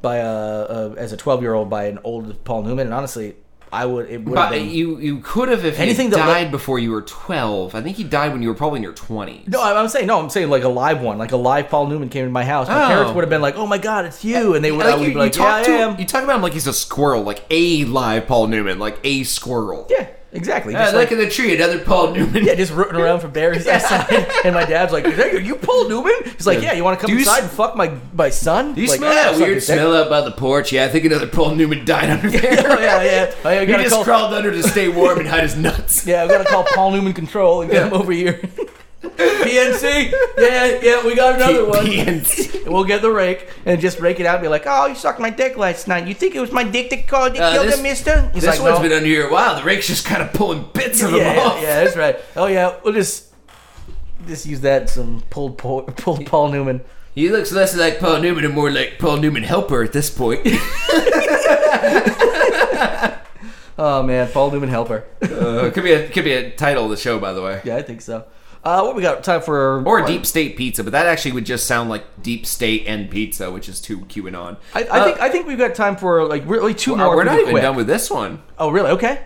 by a, a as a 12 year old by an old Paul Newman, and honestly, I would it would have
But
been.
you you could have if anything
Anything
he
that
died
let-
before you were twelve. I think he died when you were probably in your twenties.
No, I'm I'm saying no. I'm saying like a live one, like a live Paul Newman came to my house. My
Oh.
parents would have been like, "Oh my God, it's you," and they would,
like,
I would
you,
be like,
you talk
"Yeah, I
to
am."
him, you talk about him like he's a squirrel, like a live Paul Newman, like a squirrel.
yeah, exactly.
Yeah,
Just
Uh, like,
like,
in the tree, another Paul Newman.
yeah, just rooting around for berries outside. And my dad's like, "Hey, "Are you Paul Newman?" He's like,
Yeah.
"Yeah, you want to
Do
come
you
inside
s-
and fuck my my son?"
Do you
Like,
smell
"Ah,
that
suck
weird
his dick."
smell out by the porch? Yeah, I think another Paul Newman died under there.
Oh, yeah, yeah. Oh, yeah, we
he
gotta
just
call-
crawled under to stay warm and hide his nuts.
Yeah, we gotta call Paul Newman Control and get him over here. PNC. Yeah, yeah, we got another one.
PNC.
We'll get the rake and just rake it out and be like, oh, you sucked my dick last night. You think it was my dick that called that
Uh,
killed
this-
him, mister? He's
This
like,
one's
"No."
been under here. Wow, the rake's just kind of pulling bits of
yeah,
him
yeah,
off.
yeah, that's right. Oh, yeah, we'll just just use that in some pulled, por- pulled Paul Newman.
He looks less like Paul Newman and more like Paul Newman Helper at this point.
Oh, man, Paul Newman helper.
Uh, could be a could be a title of the show, by the way.
yeah, I think so. Uh, what we got time for?
Or deep state pizza, but that actually would just sound like deep state and pizza, which is too QAnon.
I, I think I think we've got time for like really two
Uh,
more.
we're
pretty
not even
quick.
done with this one.
Oh, really? Okay.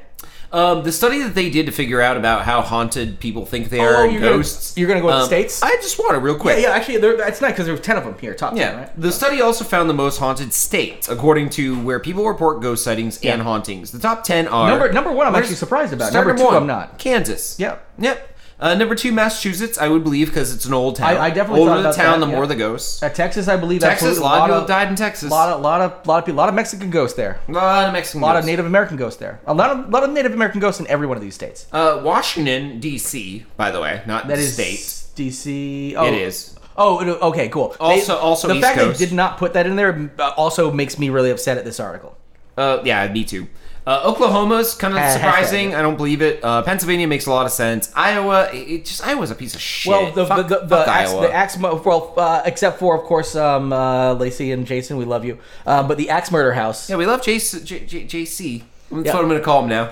Um, the study that they did to figure out about how haunted people think they are and
Oh, you're gonna-
ghosts. um,
you're gonna go with the states?
I just want to real quick.
Yeah, actually, there, it's nice because there were ten of them here. Top
Yeah.
ten, right?
The study also found the most haunted states, according to where people report ghost sightings and hauntings. The top ten are
Number- number one I'm
Where's-
actually surprised about.
Number,
Number two,
one,
I'm not.
Kansas.
Yep.
Yep. Uh, number two, Massachusetts. I would believe because it's an old town.
I- I definitely
older
thought
the
about
town,
that,
the
yeah.
more the ghosts.
Uh, Texas, I believe.
Texas. A
absolutely.
lot, of people died in Texas.
lot of lot of lot of people, lot of Mexican ghosts there.
a lot of Mexican.
A lot of
ghosts.
Native American ghosts there. A lot of lot of Native American ghosts in every one of these states.
Uh, Washington D.C. By the way, not
That
the
is
state.
DC. Oh,
It is.
Oh, it, okay, cool.
Also- also
the
East
fact
Coast.
they did not put that in there uh, also makes me really upset at this article.
Uh, yeah, me too. Uh, Oklahoma's kind of
Uh,
surprising.
hashtag.
I don't believe it. Uh, Pennsylvania makes a lot of sense. Iowa, it, it just Iowa's a piece of shit.
Well, the
fuck,
the, the, the,
fuck
ax,
Iowa.
the axe mu- well, uh, except for of course um, uh, Lacey and Jason, we love you. Uh, but the axe murder house,
yeah, we love JC. J, J, JC. That's
Yeah.
what I'm gonna call him now.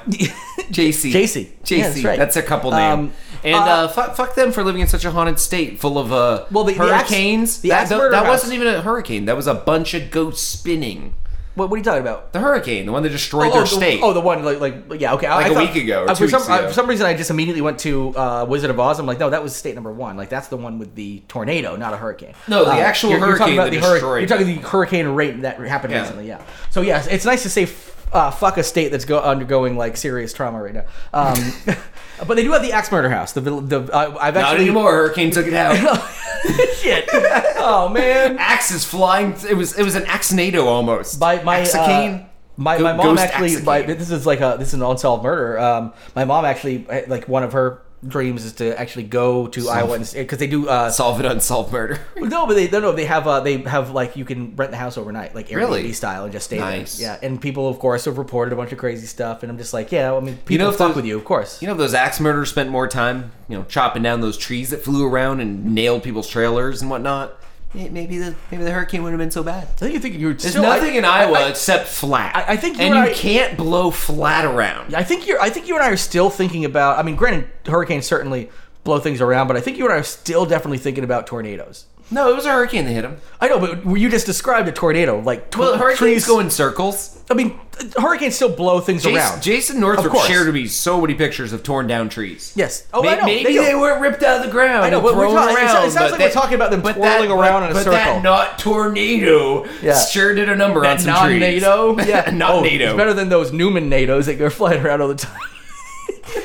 JC.
JC.
JC.
Yeah, that's right.
That's their couple name.
Um,
and uh,
uh,
fuck, fuck them for living in such a haunted state full of uh,
Well, the- the ax-
hurricanes.
the
that
ax
that-
murder
that
house.
wasn't even a hurricane. That was a bunch of ghosts spinning.
What, what are you talking about?
The hurricane, the one that destroyed their
the-
state.
oh, the one like like yeah, okay.
Like
a
a week ago, or two
for some
weeks ago.
I- for some reason, I just immediately went to uh, Wizard of Oz. I'm like, no, that was state number one. Like that's the one with the tornado, not a hurricane.
No, the
Uh,
actual
you're,
hurricane that
You're talking about the
destroyed
hurricane. You're talking the hurricane rate that happened
Yeah.
recently. Yeah. So yes, it's nice to say. f- Uh, fuck a state that's go- undergoing like serious trauma right now, um, but they do have the axe murder house. The vill- the uh, I've
Not
actually
anymore. Hurricane took it out.
shit. oh man,
axe is flying. It was it was an axenado almost.
my my
Axicane?
uh, my,
Go-
my mom
ghost
actually
axicane.
my, this is like a this is an unsolved murder um my mom actually like one of her dreams is to actually go to iowa and because they do uh
solve an unsolved murder.
no but they no no they have uh they have like you can rent the house overnight like airbnb
Really?
style and just stay
Nice.
there yeah and people of course have reported a bunch of crazy stuff and i'm just like yeah i mean people
know if
fuck
those-
with you of course
You know, those axe murderers spent more time, you know, chopping down those trees that flew around and nailed people's trailers and whatnot. May- Maybe the maybe the hurricane wouldn't have been so bad.
i think you think you're
There's
still, I-
nothing in Iowa except flat.
I- I think
and
you're
you
right.
can't blow flat around.
I think you're. I think you and I are still thinking about. I mean, granted, hurricanes certainly blow things around, but I think you and I are still definitely thinking about tornadoes.
No, it was a hurricane that hit him.
I know, but you just described a tornado, like tw-
Well, hurricanes
trees
go in circles.
I mean, hurricanes still blow things
Jason,
around.
Jason
Of
Northrop
course.
shared with me so many pictures of torn down trees.
Yes. Oh,
May-
I know.
Maybe
They
they,
do.
weren't ripped out of the ground.
I know,
and
but we're
thrown
talking- it
around,
sounds- it sounds
but
like we're talking about them
but
twirling around in a
but
circle.
That not tornado
Yeah.
sure did a number on some trees.
non-NATO, yeah,
Not
Oh,
NATO.
It's better than those Newman NATOs that go flying around all the time.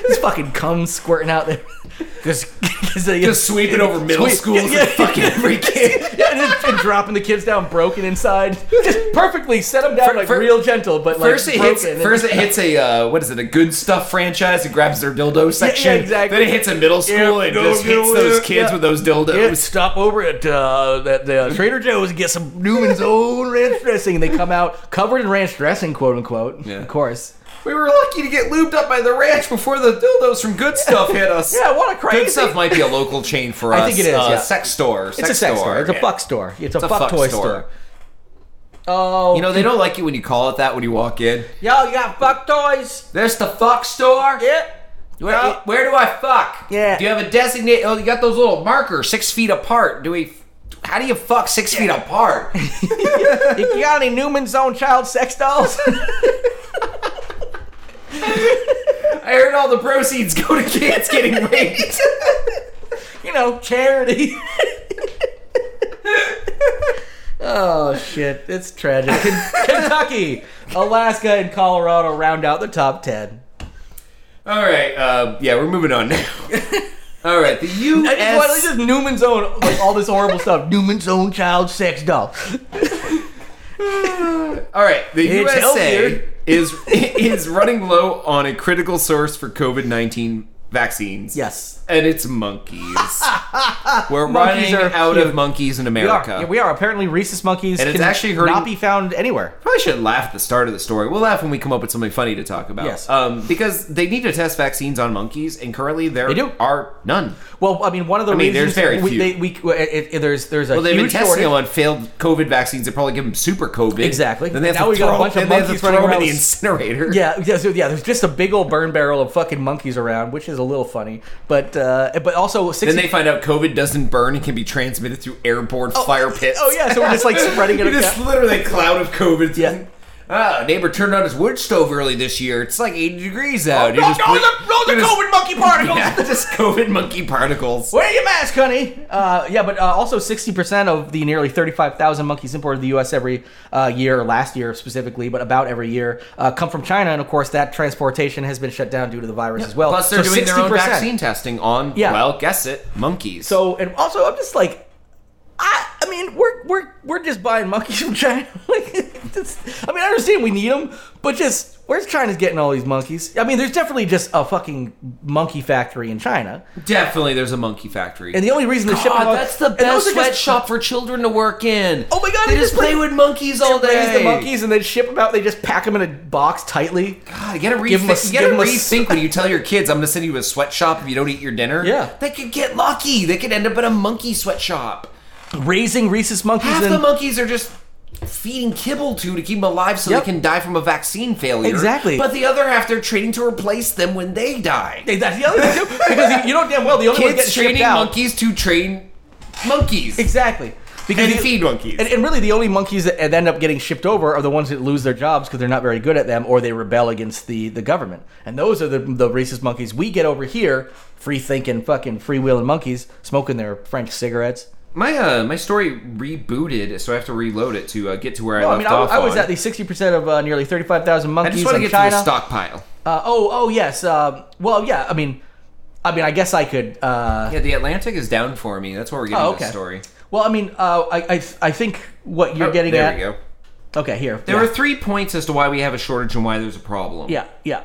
Just fucking cum squirting out there. Just, just,
Just sweeping over middle
Sweep-
schools
yeah,
and
yeah.
fucking every kid.
yeah, and, then- and dropping the kids down broken inside. Just perfectly set them down
Fir-
like
fir-
real gentle, but like
First it
broken.
hits. First it hits a uh, what is it? A good stuff franchise and grabs their dildo section.
exactly.
Then it hits a middle school
Yeah,
and just
dildo,
hits those
yeah,
kids
yeah.
with those dildos.
Yeah, stop over at uh, that the Trader Joe's and get some Newman's own ranch dressing, and they come out covered in ranch dressing, quote unquote.
Yeah.
Of course.
We were lucky to get lubed up by the ranch before the dildos from Good Stuff hit us.
Yeah, what a crazy-
Good Stuff might be a local chain for us.
I think it is,
Uh,
yeah.
Sex store.
It's a sex store. It's a
yeah.
fuck store. It's a,
It's a
fuck, toy store. Oh,
You know they don't like it when you call it that when you walk in.
yo, you got fuck toys?
There's the fuck store.
Yeah.
Where, where do I fuck?
Yeah.
Do you have a designate? Oh, you got those little markers six feet apart. Do we? How do you fuck six feet apart?
you got any Newman's own child sex dolls?
I heard all the proceeds go to kids getting raped.
you know, charity. oh shit, it's tragic. Ken- Kentucky, Alaska, and Colorado round out the top ten.
all right. Uh, yeah, we're moving on now. All right. The U.S.
I just want this is Newman's own like all this horrible stuff. Newman's own child sex doll.
All right, the
It's
USA
healthier.
is is running low on a critical source for COVID nineteen vaccines.
Yes.
and it's monkeys. We're running
Monkeys are
out
cute.
of monkeys in
We are.
America.
Yeah, we are. Apparently rhesus monkeys
And it's
can
actually hurting-
not be found anywhere.
Probably should laugh at the start of the story. We'll laugh when we come up with something funny to talk about.
Yes.
um, because they need to test vaccines on monkeys, and currently there
They do.
are none.
Well, I mean, one of the
mean, there's
reasons
very
we,
few.
They, we, it, it, there's there's a
Well, they've been
huge
testing
shortage.
them on failed COVID vaccines. They probably give them super COVID.
Exactly.
Then they have
Now
to
we got a
throw-
bunch of
then they have to
monkeys
throw
running
them in the
around.
incinerator.
Yeah, yeah, so, yeah. There's just a big old burn barrel of fucking monkeys around, which is a little funny, but uh, but also
Then
60,
they find out COVID doesn't burn and can be transmitted through airborne fire pits.
oh, yeah, so we're just, like, spreading it
You're just literally a cloud of COVID.
Yeah.
Ah, neighbor turned on his wood stove early this year. It's like 80 degrees out.
Oh, no, no, the- no, the COVID monkey particles.
Yeah, just COVID monkey particles.
Wear your mask, honey. Uh, yeah, but uh, also 60% of the nearly 35,000 monkeys imported to the U.S. every uh, year, or last year specifically, but about every year, uh, come from China. And of course, that transportation has been shut down due to the virus as well.
Plus, they're
So
doing their own
60%.
vaccine testing on,
Yeah.
well, guess it, monkeys.
So, and also, I'm just like, I, I mean, we're we're we're just buying monkeys from China. like, it's- I mean, I understand we need them, but just where's China's getting all these monkeys? I mean, there's definitely just a fucking monkey factory in China,
definitely there's a monkey factory.
and the only reason they're shipping
God,
all-
that's the
and those
best
are just-
sweatshop for children to work in.
Oh my God,
They
they
just
just
play with monkeys all day.
raise the monkeys and then ship them out. They just pack them in a box tightly.
God, you gotta
Give 'em a-
rethink. You gotta
give 'em a-
rethink when you tell your kids, "I'm gonna send you to a sweatshop if you don't eat your dinner."
Yeah.
they could get lucky. They could end up in a monkey sweatshop.
Raising rhesus monkeys
Half
and
the monkeys are just feeding kibble to to keep them alive so
Yep.
they can die from a vaccine failure.
Exactly.
But the other half, they're training to replace them when they die.
Hey, that's the other thing too, because you- you know damn well the only one
Kids
getting shipped
training
out.
monkeys to train monkeys.
Exactly. Because
And
you-
feed monkeys.
And, and really, the only monkeys that end up getting shipped over are the ones that lose their jobs because they're not very good at them, or they rebel against the, the government. And those are the, the racist monkeys we get over here, free thinking, fucking freewheeling monkeys, smoking their French cigarettes.
my uh, my story rebooted, so I have to reload it to uh, get to where
No,
I
I
left
mean, I,
off.
I was
on.
at the sixty percent of uh, nearly thirty-five thousand
I
monkeys
just want to get
in China.
to the stockpile.
Uh, oh, oh yes. Um well, yeah. I mean, I mean, I guess I could. Uh,
Yeah, the Atlantic is down for me. That's where we're getting
oh,
to
okay.
this story.
Well, I mean, uh, I, I, I think what you're
Oh,
getting
there
at.
we go.
Okay, here.
There
yeah.
are three points as to why we have a shortage and why there's a problem.
Yeah, yeah.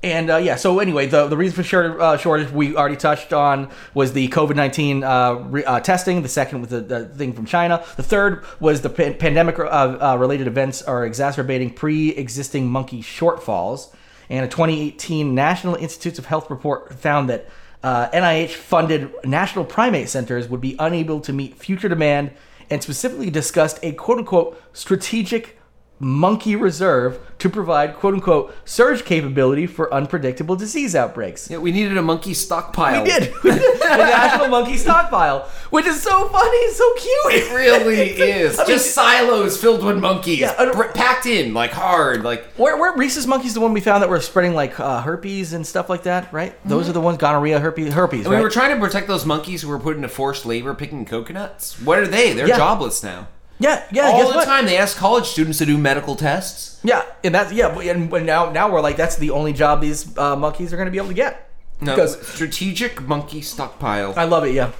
And uh, yeah, so anyway, the, the reason for short, uh, shortage we already touched on was the COVID 19 uh, re- uh, testing. The second was the, the thing from China. The third was the pan- pandemic uh, uh, related events are exacerbating pre existing monkey shortfalls. And a 2018 National Institutes of Health report found that uh, NIH funded national primate centers would be unable to meet future demand and specifically discussed a quote unquote strategic monkey reserve to provide quote unquote surge capability for unpredictable disease outbreaks.
Yeah, we needed a monkey stockpile.
We did the National Monkey Stockpile, which is so funny, it's so cute.
It really is.
mean-
Just silos filled with monkeys,
Yeah, I don't-
br- packed in like hard, like
Where, where rhesus monkeys the one we found that were spreading like uh, herpes and stuff like that, right? Those are the ones gonorrhea, herpes, herpes.
Mm-hmm. We
right?
were trying to protect those monkeys who were put into forced labor picking coconuts. What are they? They're
Yeah.
jobless now.
yeah, yeah.
All
guess
the
what?
time they ask college students to do medical tests.
Yeah, and that's yeah, but- and when now now we're like that's the only job these uh, monkeys are going to be able to get.
No,
Because
strategic monkey stockpile.
I love it. Yeah,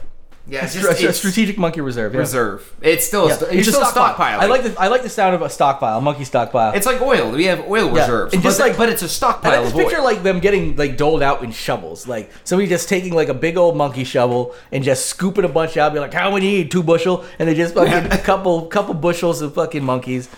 yeah, it's
Stra-
just
a
it's
strategic monkey reserve. yeah.
reserve. It's still
Yeah,
a, st- it's still stockpile.
I like the I like the sound of a stockpile, monkey stockpile.
It's like oil. We have oil
Yeah,
reserves.
and
but
just
th-
like-
but it's a
And I
stockpile
just
of oil.
picture like them getting like doled out in shovels, like somebody just taking like a big old monkey shovel and just scooping a bunch out, be like, "How many you need? Two bushel?" And they just fucking a couple couple bushels of fucking monkeys.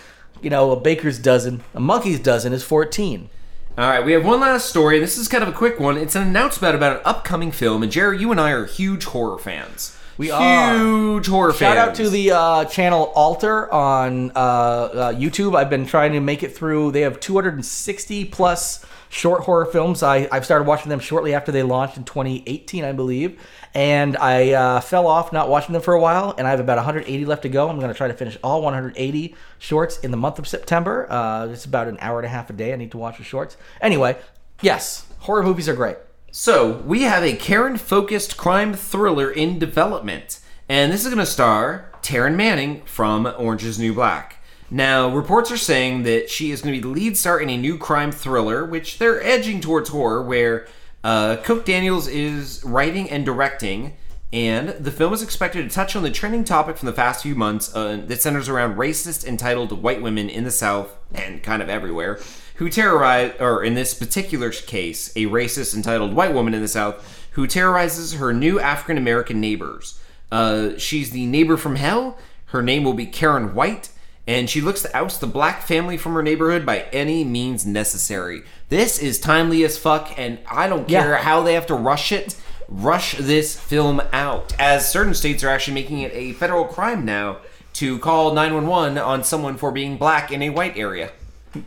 You know, a baker's dozen, a monkey's dozen is fourteen.
All right, we have one last story. This is kind of a quick one. It's an announcement about an upcoming film, and Jerry, you and I are huge horror fans.
We
huge
are.
huge horror fans.
Shout out to the uh, channel Alter on uh, uh, YouTube. I've been trying to make it through. They have 260 plus short horror films. I, I've started watching them shortly after they launched in 2018, I believe. And I uh, fell off not watching them for a while, and I have about 180 left to go. I'm going to try to finish all 180 shorts in the month of September. Uh, it's about an hour and a half a day. I need to watch the shorts. Anyway, yes, horror movies are great.
So, we have a Karen focused crime thriller in development, and this is going to star Taryn Manning from Orange is the New Black. Now, reports are saying that she is going to be the lead star in a new crime thriller, which they're edging towards horror, where uh, Cook Daniels is writing and directing. And the film is expected to touch on the trending topic from the past few months uh, that centers around racist, entitled white women in the South and kind of everywhere who terrorize, or in this particular case, a racist, entitled white woman in the South who terrorizes her new African American neighbors. Uh, she's the neighbor from hell. Her name will be Karen White, and she looks to oust the black family from her neighborhood by any means necessary. This is timely as fuck, and I don't
Yeah.
care how they have to rush it. Rush this film out, as certain states are actually making it a federal crime now to call 911 on someone for being black in a white area.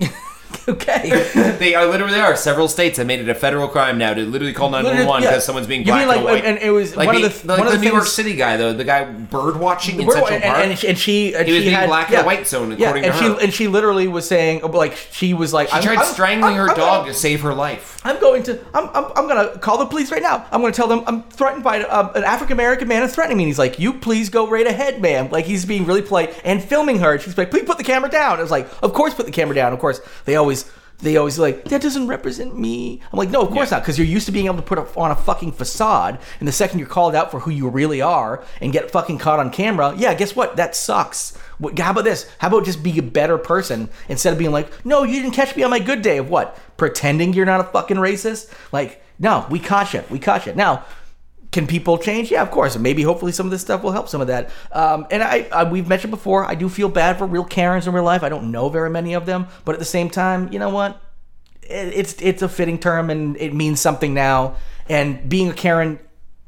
Okay.
they are literally there are several states that made it a federal crime now to literally call 911
yeah.
because someone's being
You
black
mean like-
and white.
and it was
like
one of
the,
the-
like
one of
the
the
New York
things-
City guy though, the guy bird watching in
Where-
Central
and,
Park.
and, and she and
He was
she
being
had,
black in
yeah,
the white zone,
yeah,
according
and
to
she,
her.
And she literally was saying, like, she was like,
She tried strangling her dog
Gonna,
to save her life.
I'm going to, I'm, I'm, I'm gonna call the police right now. I'm gonna tell them I'm threatened by um, an African American man is threatening me. And he's like, you please go right ahead, ma'am. Like he's being really polite and filming her. And she's like, please put the camera down. I was like, of course put the camera down. Of course they always. They always like that doesn't represent me. I'm like, no, of course
Yeah.
not, because you're used to being able to put up on a fucking facade, and the second you're called out for who you really are and get fucking caught on camera, yeah, guess what? That sucks. What, how about this? How about just be a better person instead of being like, no, you didn't catch me on my good day of what? Pretending you're not a fucking racist? Like, no, we caught you. We caught you. Now, can people change? Yeah, of course. And maybe hopefully some of this stuff will help some of that. Um, and I, I, we've mentioned before, I do feel bad for real Karens in real life. I don't know very many of them, but at the same time, you know what? it- it's it's a fitting term and it means something now. And being a Karen,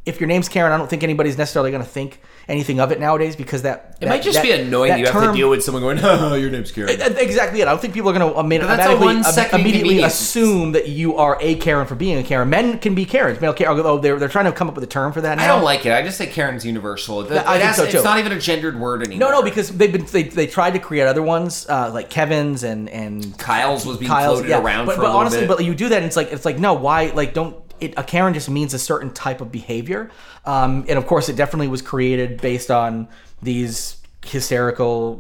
if your name's Karen, I don't think anybody's necessarily going to think anything of it nowadays because that
It might just be annoying that you have to deal with someone going, oh, your name's Karen.
Exactly it. I don't think people are going to
that's a
automatically,
one-second
immediately
convenience.
assume that you are a Karen for being a Karen. Men can be Karens, male Karen. Although they're, they're trying to come up with a term for that now.
I don't like it. I just say Karen's universal. That-
I
it
think
has-
so,
It's
too.
not even a gendered word anymore.
No, no, because they've been they, they tried to create other ones uh, like Kevin's and and
Kyle's was being
Kyle's.
floated
yeah.
around
but,
for
but
a little
honestly,
bit.
but you do that, and it's like it's like no, why? Like don't. It, a Karen just means a certain type of behavior, um, and of course, it definitely was created based on these hysterical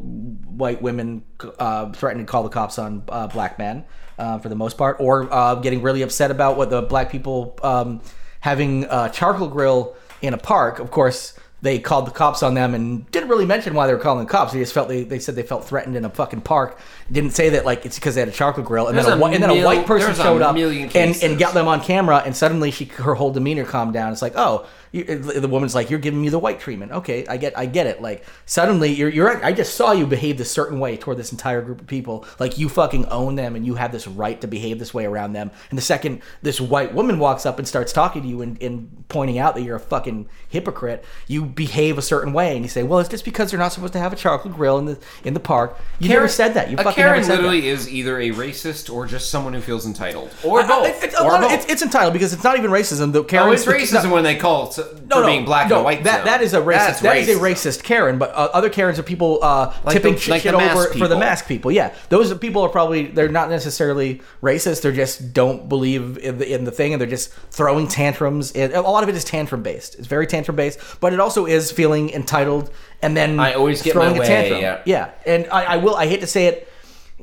white women uh, threatening to call the cops on uh, black men uh, for the most part, or uh, getting really upset about what the black people um, having a charcoal grill in a park. Of course, they called the cops on them and didn't really mention why they were calling the cops. They just felt they, they said they felt threatened in a fucking park. Didn't say that like it's because they had a charcoal grill. And
There's
then a,
a
whi- and then a
mil-
white person
there's a
showed up
million
and, and
cases.
got them on camera. And suddenly she her whole demeanor calmed down. It's like oh, you, the woman's like you're giving me the white treatment. Okay, I get I get it. Like suddenly you're you're right. I just saw you behave this certain way toward this entire group of people. Like you fucking own them and you have this right to behave this way around them. And the second this white woman walks up and starts talking to you and, and pointing out that you're a fucking hypocrite, you behave a certain way and you say well it's just because they're not supposed to have a charcoal grill in the in the park. You never said that. You
a
fucking
Karen
never said that.
literally is either a racist or just someone who feels entitled, or
I- I-
both.
it's, a
or
lot of-
both.
it's- it's entitled because it's not even racism. The Karen
Oh, it's racism when they call s- for being black and white.
That
zone.
that is a
That's
racist. That is a racist Karen. But uh, other Karens are people uh,
Like
tipping
the-
shit,
like the
shit
mask
over for the
people.
mask people. Yeah, those people are probably they're not necessarily racist. They just don't believe in the, in the thing, and they're just throwing tantrums. And a lot of it is tantrum based. It's very tantrum based, but it also is feeling entitled. And then
I always get
throwing
my
a
way,
tantrum.
yeah.
yeah. And I, I will. I hate to say it.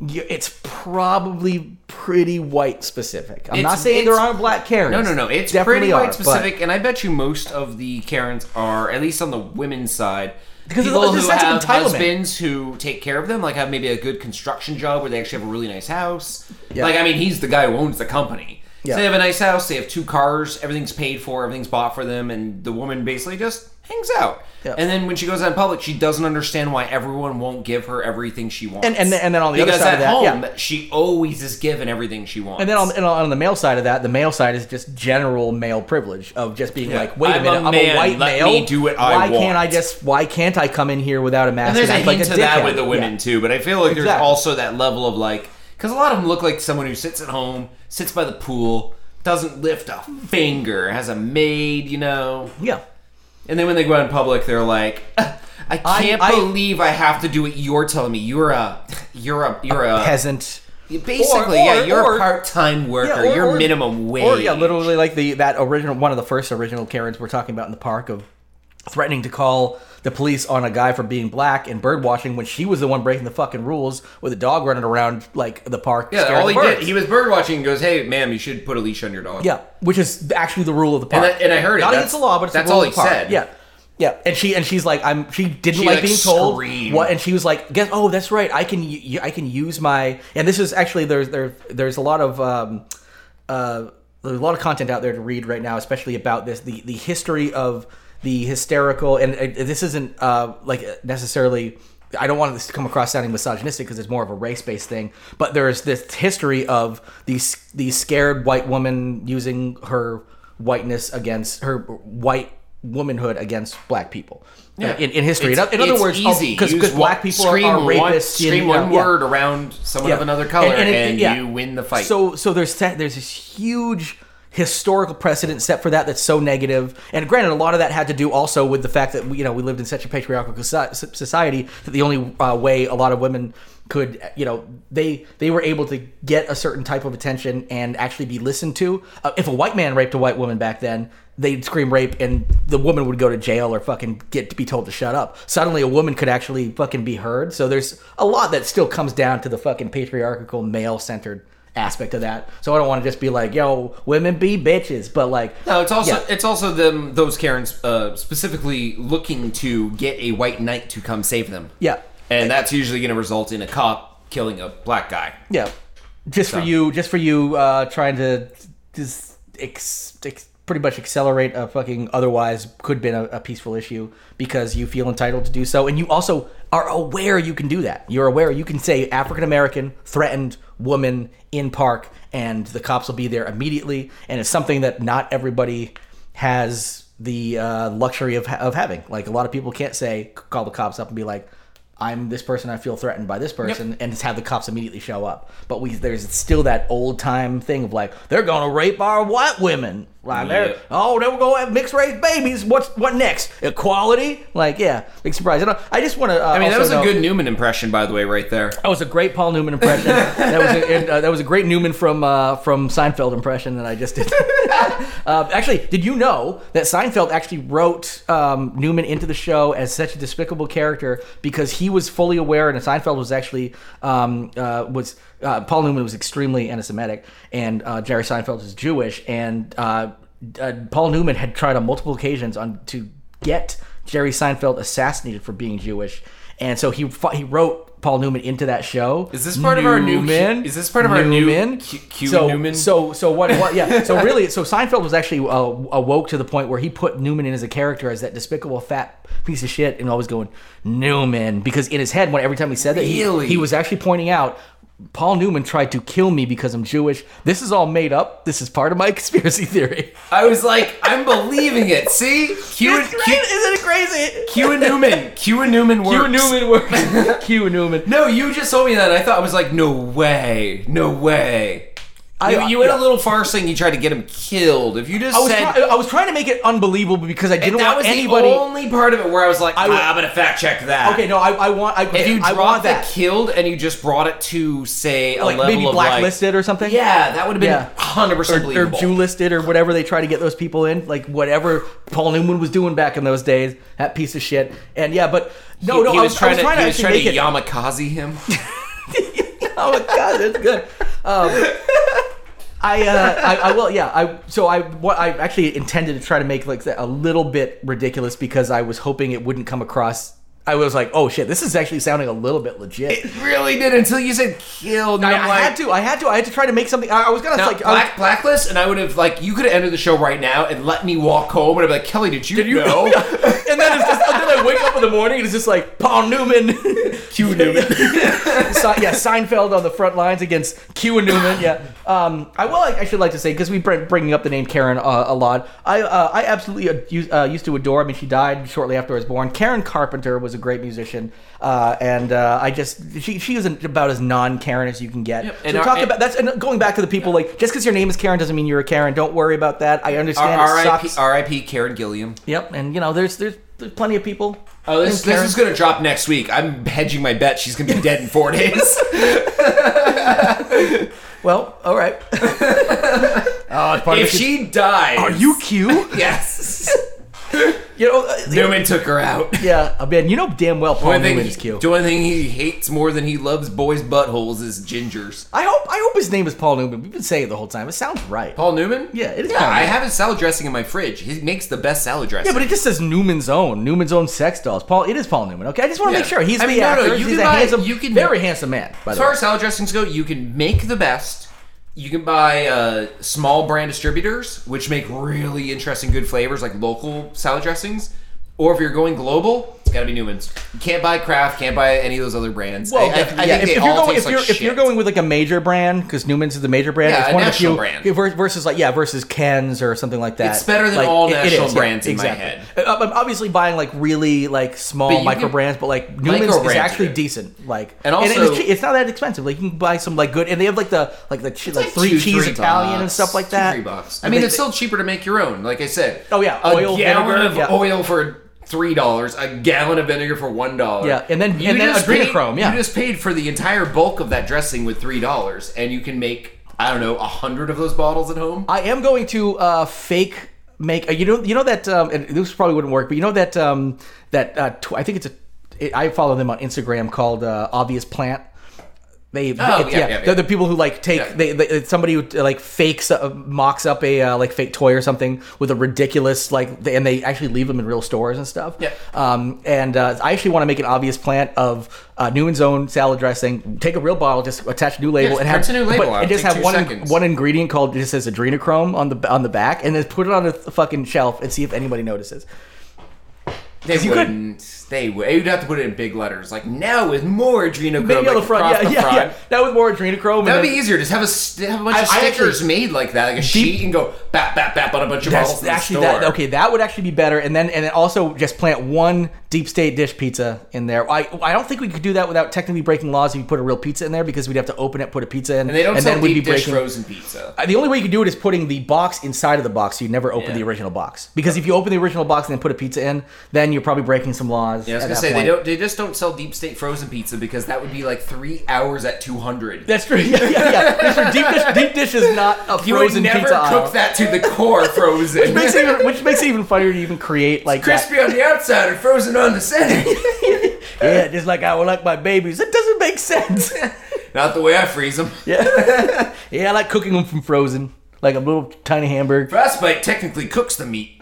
y- It's probably pretty white specific. I'm
It's-
not saying
it's-
there aren't black Karens.
No, no, no. It's
Definitely
pretty
are,
white
but-
specific, and I bet you most of the Karens are, at least on the women's side,
Because of the-
people
there's
who
a sense of
have
entitlement.
husbands who take care of them, like have maybe a good construction job where they actually have a really nice house.
Yeah.
Like, I mean, he's the guy who owns the company.
Yeah.
So they have a nice house. They have two cars. Everything's paid for. Everything's bought for them, and the woman basically just hangs out.
Yeah.
And then when she goes out in public, she doesn't understand why everyone won't give her everything she wants.
And- and then- and then on the other
Because
side of
at
that, yeah.
home, she always is given everything she wants.
And then on, and on the male side of that, the male side is just general male privilege of just being
Yeah.
like, wait
I'm
a minute,
a
I'm
man,
a white
let
male.
me do what I
why
want."
can't I just? Why can't I come in here without a mask?
And there's a
act
hint
like
to that
dickhead?
with the women
Yeah.
too, but I feel like there's
Exactly.
also that level of like, because a lot of them look like someone who sits at home, sits by the pool, doesn't lift a finger, has a maid, you know,
Yeah.
and then when they go out in public, they're like, "Uh, I
I-
can't
I-
believe I have to do what you're telling me. You're a, you're a, you're a,
peasant.
Basically,
Or-
yeah,
or-
you're a
or-
part-time worker.
or-
you're
or-
minimum wage.
Or yeah, literally like the that original one of the first original Karens we're talking about in the park of threatening to call the police on a guy for being black and bird watching when she was the one breaking the fucking rules with a dog running around like the park.
Yeah,
scaring
all he
the
did,
birds.
he was bird watching and goes, "Hey, ma'am, you should put a leash on your dog."
Yeah, which is actually the rule of the park.
And I- and I heard it.
Not
That's-
against the law, but it's
that's
the rule
all
of
he
the park.
said.
Yeah, yeah. And she and she's like, I'm. She didn't
She,
like,
like,
being told
screamed.
what, and she was like, guess. Oh, that's right. I can y- I can use my. And this is actually there's there there's a lot of. Um, uh, there's a lot of content out there to read right now, especially about this the the history of the hysterical and uh, this isn't uh, like necessarily. I don't want this to come across sounding misogynistic because it's more of a race-based thing, but there's this history of these these scared white woman using her whiteness against her white womanhood against black people.
Yeah.
Uh, in, in history,
It's-
in other
it's
words,
easy.
because
Use one-
black people are,
scream
are rapists.
one-
you
scream
know,
one
yeah.
word around someone of another color, and,
it- it- yeah.
you win the fight.
So so there's that, there's this huge historical precedent set for that that's so negative and granted a lot of that had to do also with the fact that you know we lived in such a patriarchal soci- society that the only uh, way a lot of women could you know they they were able to get a certain type of attention and actually be listened to uh, if a white man raped a white woman back then they'd scream rape and the woman would go to jail or fucking get to be told to shut up suddenly a woman could actually fucking be heard so there's a lot that still comes down to the fucking patriarchal male centered aspect of that. So I don't want to just be like, yo, women be bitches, but like
no, it's also
yeah.
it's also them those Karens uh, specifically looking to get a white knight to come save them.
Yeah.
and that's usually going to result in a cop killing a black guy.
Yeah. Just for you just for you uh trying to just ex, ex, pretty much accelerate a fucking otherwise could been a, a peaceful issue because you feel entitled to do so and you also are aware you can do that. You're aware you can say African American threatened woman in park and the cops will be there immediately and it's something that not everybody has the uh, luxury of, ha- of having. Like a lot of people can't say call the cops up and be like, "I'm this person. I feel threatened by this person," and just have the cops immediately show up. But we there's still that old time thing of like they're gonna rape our white women. Like, they're-
Yep.
Oh, then we're gonna have mixed race babies. What's what next? Equality? Like yeah, big surprise. I, don't, I just want to. Uh,
I mean, that was a
know,
good Newman impression, by the way, right there.
That was a great Paul Newman impression. that was a, and, uh, that was a great Newman from uh, from Seinfeld impression that I just did. uh, actually, did you know that Seinfeld actually wrote um, Newman into the show as such a despicable character because he was fully aware, and Seinfeld was actually um, uh, was uh, Paul Newman was extremely anti-Semitic, and uh, Jerry Seinfeld is Jewish, and uh, uh, Paul Newman had tried on multiple occasions on to get Jerry Seinfeld assassinated for being Jewish, and so he fu- he wrote Paul Newman into that show.
Is this part of our new Q- is this part of our new Q- Q
so,
Newman?
So Oh, so what, what? Yeah. So really, so Seinfeld was actually uh, awoke to the point where he put Newman in as a character as that despicable fat piece of shit, and always going Newman because in his head, when every time he said that, he-
Really?
he, was actually pointing out. Paul Newman tried to kill me because I'm Jewish. This is all made up. This is part of my conspiracy theory.
I was like, I'm believing it. See, Q and
It's great. Isn't it crazy?
Q and Newman, Q and Newman works.
works. Q Newman.
No, you just told me that. and I thought I was like, no way, no way.
I-
you, you had
yeah.
a little farce thing. You tried to get him killed. If you just
I was,
said
try- I was trying to make it unbelievable because I didn't
that
want
was
anybody.
the only part of it where I was like,
would-
ah, I'm gonna fact check that.
Okay, no, I, I want. I,
If you
I
dropped
want
the
that.
killed and you just brought it to say a
like
level
maybe
of
blacklisted or something.
like, yeah, that would have
Yeah.
been hundred percent
Or, or
believable.
Jew listed or whatever they try to get those people in, like whatever Paul Newman was doing back in those days, that piece of shit. And yeah, but no,
he,
no,
he
I
was
was
trying
I was
to,
trying
he was
actually
trying
make
to
it.
Yamakaze him.
oh my god, that's good. Um, I, uh, I I will yeah I so I what I actually intended to try to make like that a little bit ridiculous because I was hoping it wouldn't come across. I was like, oh shit, this is actually sounding a little bit legit.
really did until you said killed. And
I,
I'm
I
like,
had to, I had to, I had to try to make something. I, I was gonna
Now,
like, I was-
black, blacklist, and I would have like you could have ended the show right now and let me walk home, and I'd be like, Kelly, did you, know?
and then it's just, and then I wake up in the morning and it's just like Paul Newman.
Q Newman.
Se- yeah, Seinfeld on the front lines against Q and Newman. Yeah, um, I will. I should like to say because we bring bringing up the name Karen uh, a lot. I uh, I absolutely uh, used, uh, used to adore. I mean, she died shortly after I was born. Karen Carpenter was a great musician, uh, and uh, I just she she was an- about as non Karen as you can get.
and
so
our-
talk
and-
about that's and going back to the people like just because your name is Karen doesn't mean you're a Karen. Don't worry about that. I understand. it
R.I.P.
sucks.
R.I.P. Karen Gilliam.
Yep, and you know there's there's there's plenty of people.
Oh, this,
Karen-
this is gonna drop next week. I'm hedging my bet. She's gonna be dead in four days.
Well, all right. oh, it's part
if she dies,
are you Q?
Yes.
You know, uh,
Newman took her out.
yeah, uh, man, you know damn well Paul
One thing,
Newman
he,
is Q.
the only thing he hates more than he loves boys' buttholes is gingers.
I hope I hope his name is Paul Newman. We've been saying it the whole time. It sounds right.
Paul Newman?
Yeah, it is
Yeah,
Paul
I
Newman.
have his salad dressing in my fridge. He makes the best salad dressing.
yeah, but it just says Newman's own, Newman's own sex dolls. Paul, it is Paul Newman. Okay, I just want to
Yeah.
make sure he's
I
the
mean, no, no,
actor.
you
he's
can
a
buy-
handsome,
you can-
very handsome man. By
As
the
far
way,
as salad dressings go, you can make the best. You can buy uh, small brand distributors, which make really interesting, good flavors like local salad dressings. Or if you're going global, it's got to be Newman's. You can't buy Kraft, can't buy any of those other brands.
well,
I- I,
if,
I
yeah,
think
if,
they
if
all
you're going
taste
if
like
you're if
shit.
you're going with like a major brand because Newman's is the major brand.
Yeah,
it's
a
one
national
of the
brand.
few ver- versus like yeah versus Ken's or something like that.
It's better than
Like,
all
it- it
national
is, yeah,
brands in my
exactly.
head.
Uh, I'm obviously buying like really like
But
small
you
micro
can-
brands, but like Newman's
micro
is
brands
actually
are good.
decent. Like
And also-
it's, che- it's not that expensive. Like you can buy some like good, and they have like the like the che- like,
It's
three
two,
cheese
three
Italian and
bucks,
stuff like
two,
that.
three bucks. I
And
mean,
they-
it's still cheaper to make your own. Like I said.
Oh, yeah,
a
oil,
gallon
vinegar,
of
yeah.
oil for three dollars, a gallon of vinegar for one dollar.
Yeah, and then-
you
and then
just
adrenochrome,
paid-
yeah.
you just paid for the entire bulk of that dressing with three dollars, and you can make I don't know a hundred of those bottles at home.
I am going to uh, fake make. Uh, you know, you know that um, and this probably wouldn't work, but you know that um, that uh, tw- I think it's a. It, I follow them on Instagram called uh, Obvious Plant. They,
Oh, yeah,
it-
yeah, yeah.
they're the people who like take
Yeah.
they, they somebody who uh, like fakes uh, mocks up a uh, like fake toy or something with a ridiculous like they, and they actually leave them in real stores and stuff.
Yeah.
Um, and uh, I actually want to make an obvious plant of uh, Newman's own salad dressing. Take a real bottle, just attach a new label,
just
and have
print a new label
but-
out.
and just
Take
have
two
one
seconds.
one ingredient called it just says adrenochrome on the on the back, and then put it on a th- fucking shelf and see if anybody notices.
They
you could-
wouldn't. They would. You'd have to put it in big letters, like now with more adrenochrome
Maybe on the
like,
front,
across
yeah,
the
yeah,
front.
yeah. That was more adrenochrome. and
That'd
then-
be easier. Just have a st- have a bunch
I-
of
I actually-
stickers made like that, like a sheet, and go bap bap bap on a bunch of bottles.
That's
in the
actually
store.
that. Okay, that would actually be better. And then and then also just plant one deep state dish pizza in there. I I don't think we could do that without technically breaking laws if you put a real pizza in there because we'd have to open it, put a pizza in,
And they don't
and
sell
then
deep
we'd be
dish
breaking.
frozen pizza.
Uh, The only way you could do it is putting the box inside of the box, so you never open
Yeah.
the original box. Because if you open the original box and then put a pizza in, then you're probably breaking some laws.
Yeah, I was gonna
at that
say
point.
they don't. They just don't sell deep state frozen pizza because that would be like three hours at two hundred.
That's true. Yeah, yeah, yeah. That's true. Deep dish, deep dish is not a
You would
frozen
never
pizza aisle.
cook that to the core frozen.
Makes it even, which makes it even funnier to even create like that.
Crispy on the outside and frozen on the center.
Yeah, just like I would like my babies. That doesn't make sense.
Not the way I freeze them.
Yeah. yeah, I like cooking them from frozen. Like a little tiny hamburger.
Frostbite technically cooks the meat.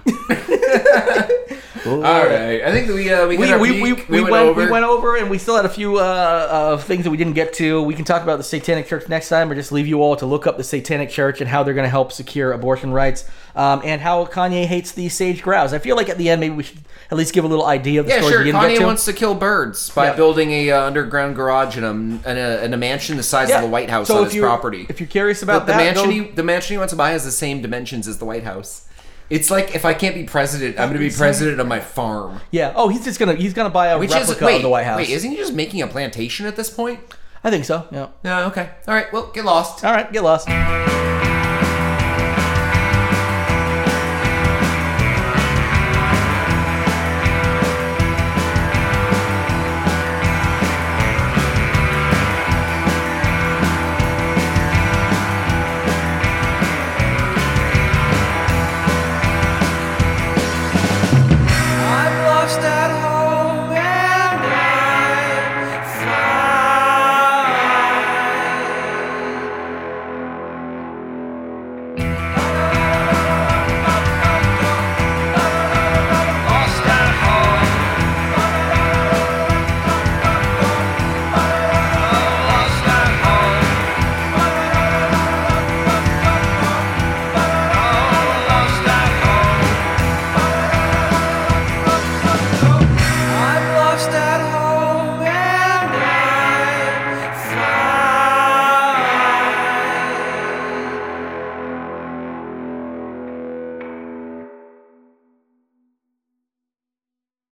All right, I think that we uh, we hit
We,
our
we,
peak.
we, we, went, we went over and we still had a few uh, uh, things that we didn't get to. We can talk about the Satanic Church next time or just leave you all to look up the Satanic Church and how they're going to help secure abortion rights um, and how Kanye hates the sage grouse. I feel like at the end maybe we should at least give a little idea of the
Yeah,
story
sure.
we didn't get
Kanye
to.
wants to kill birds by
Yeah.
building a uh, underground garage in a, in a in a mansion the size
Yeah.
of the White House
So
on
if
his
you're-
property.
If you're curious about
the, the
that,
mansion
go-
he the mansion he wants to buy has the same dimensions as the White House. It's like if I can't be president, I'm going to be president on my farm.
yeah. Oh, he's just gonna he's gonna buy a
Which
replica
is wait,
of the White House.
wait, isn't he just making a plantation at this point?
I think so. Yeah.
No, okay, all right. Well, get lost.
All right, get lost.
All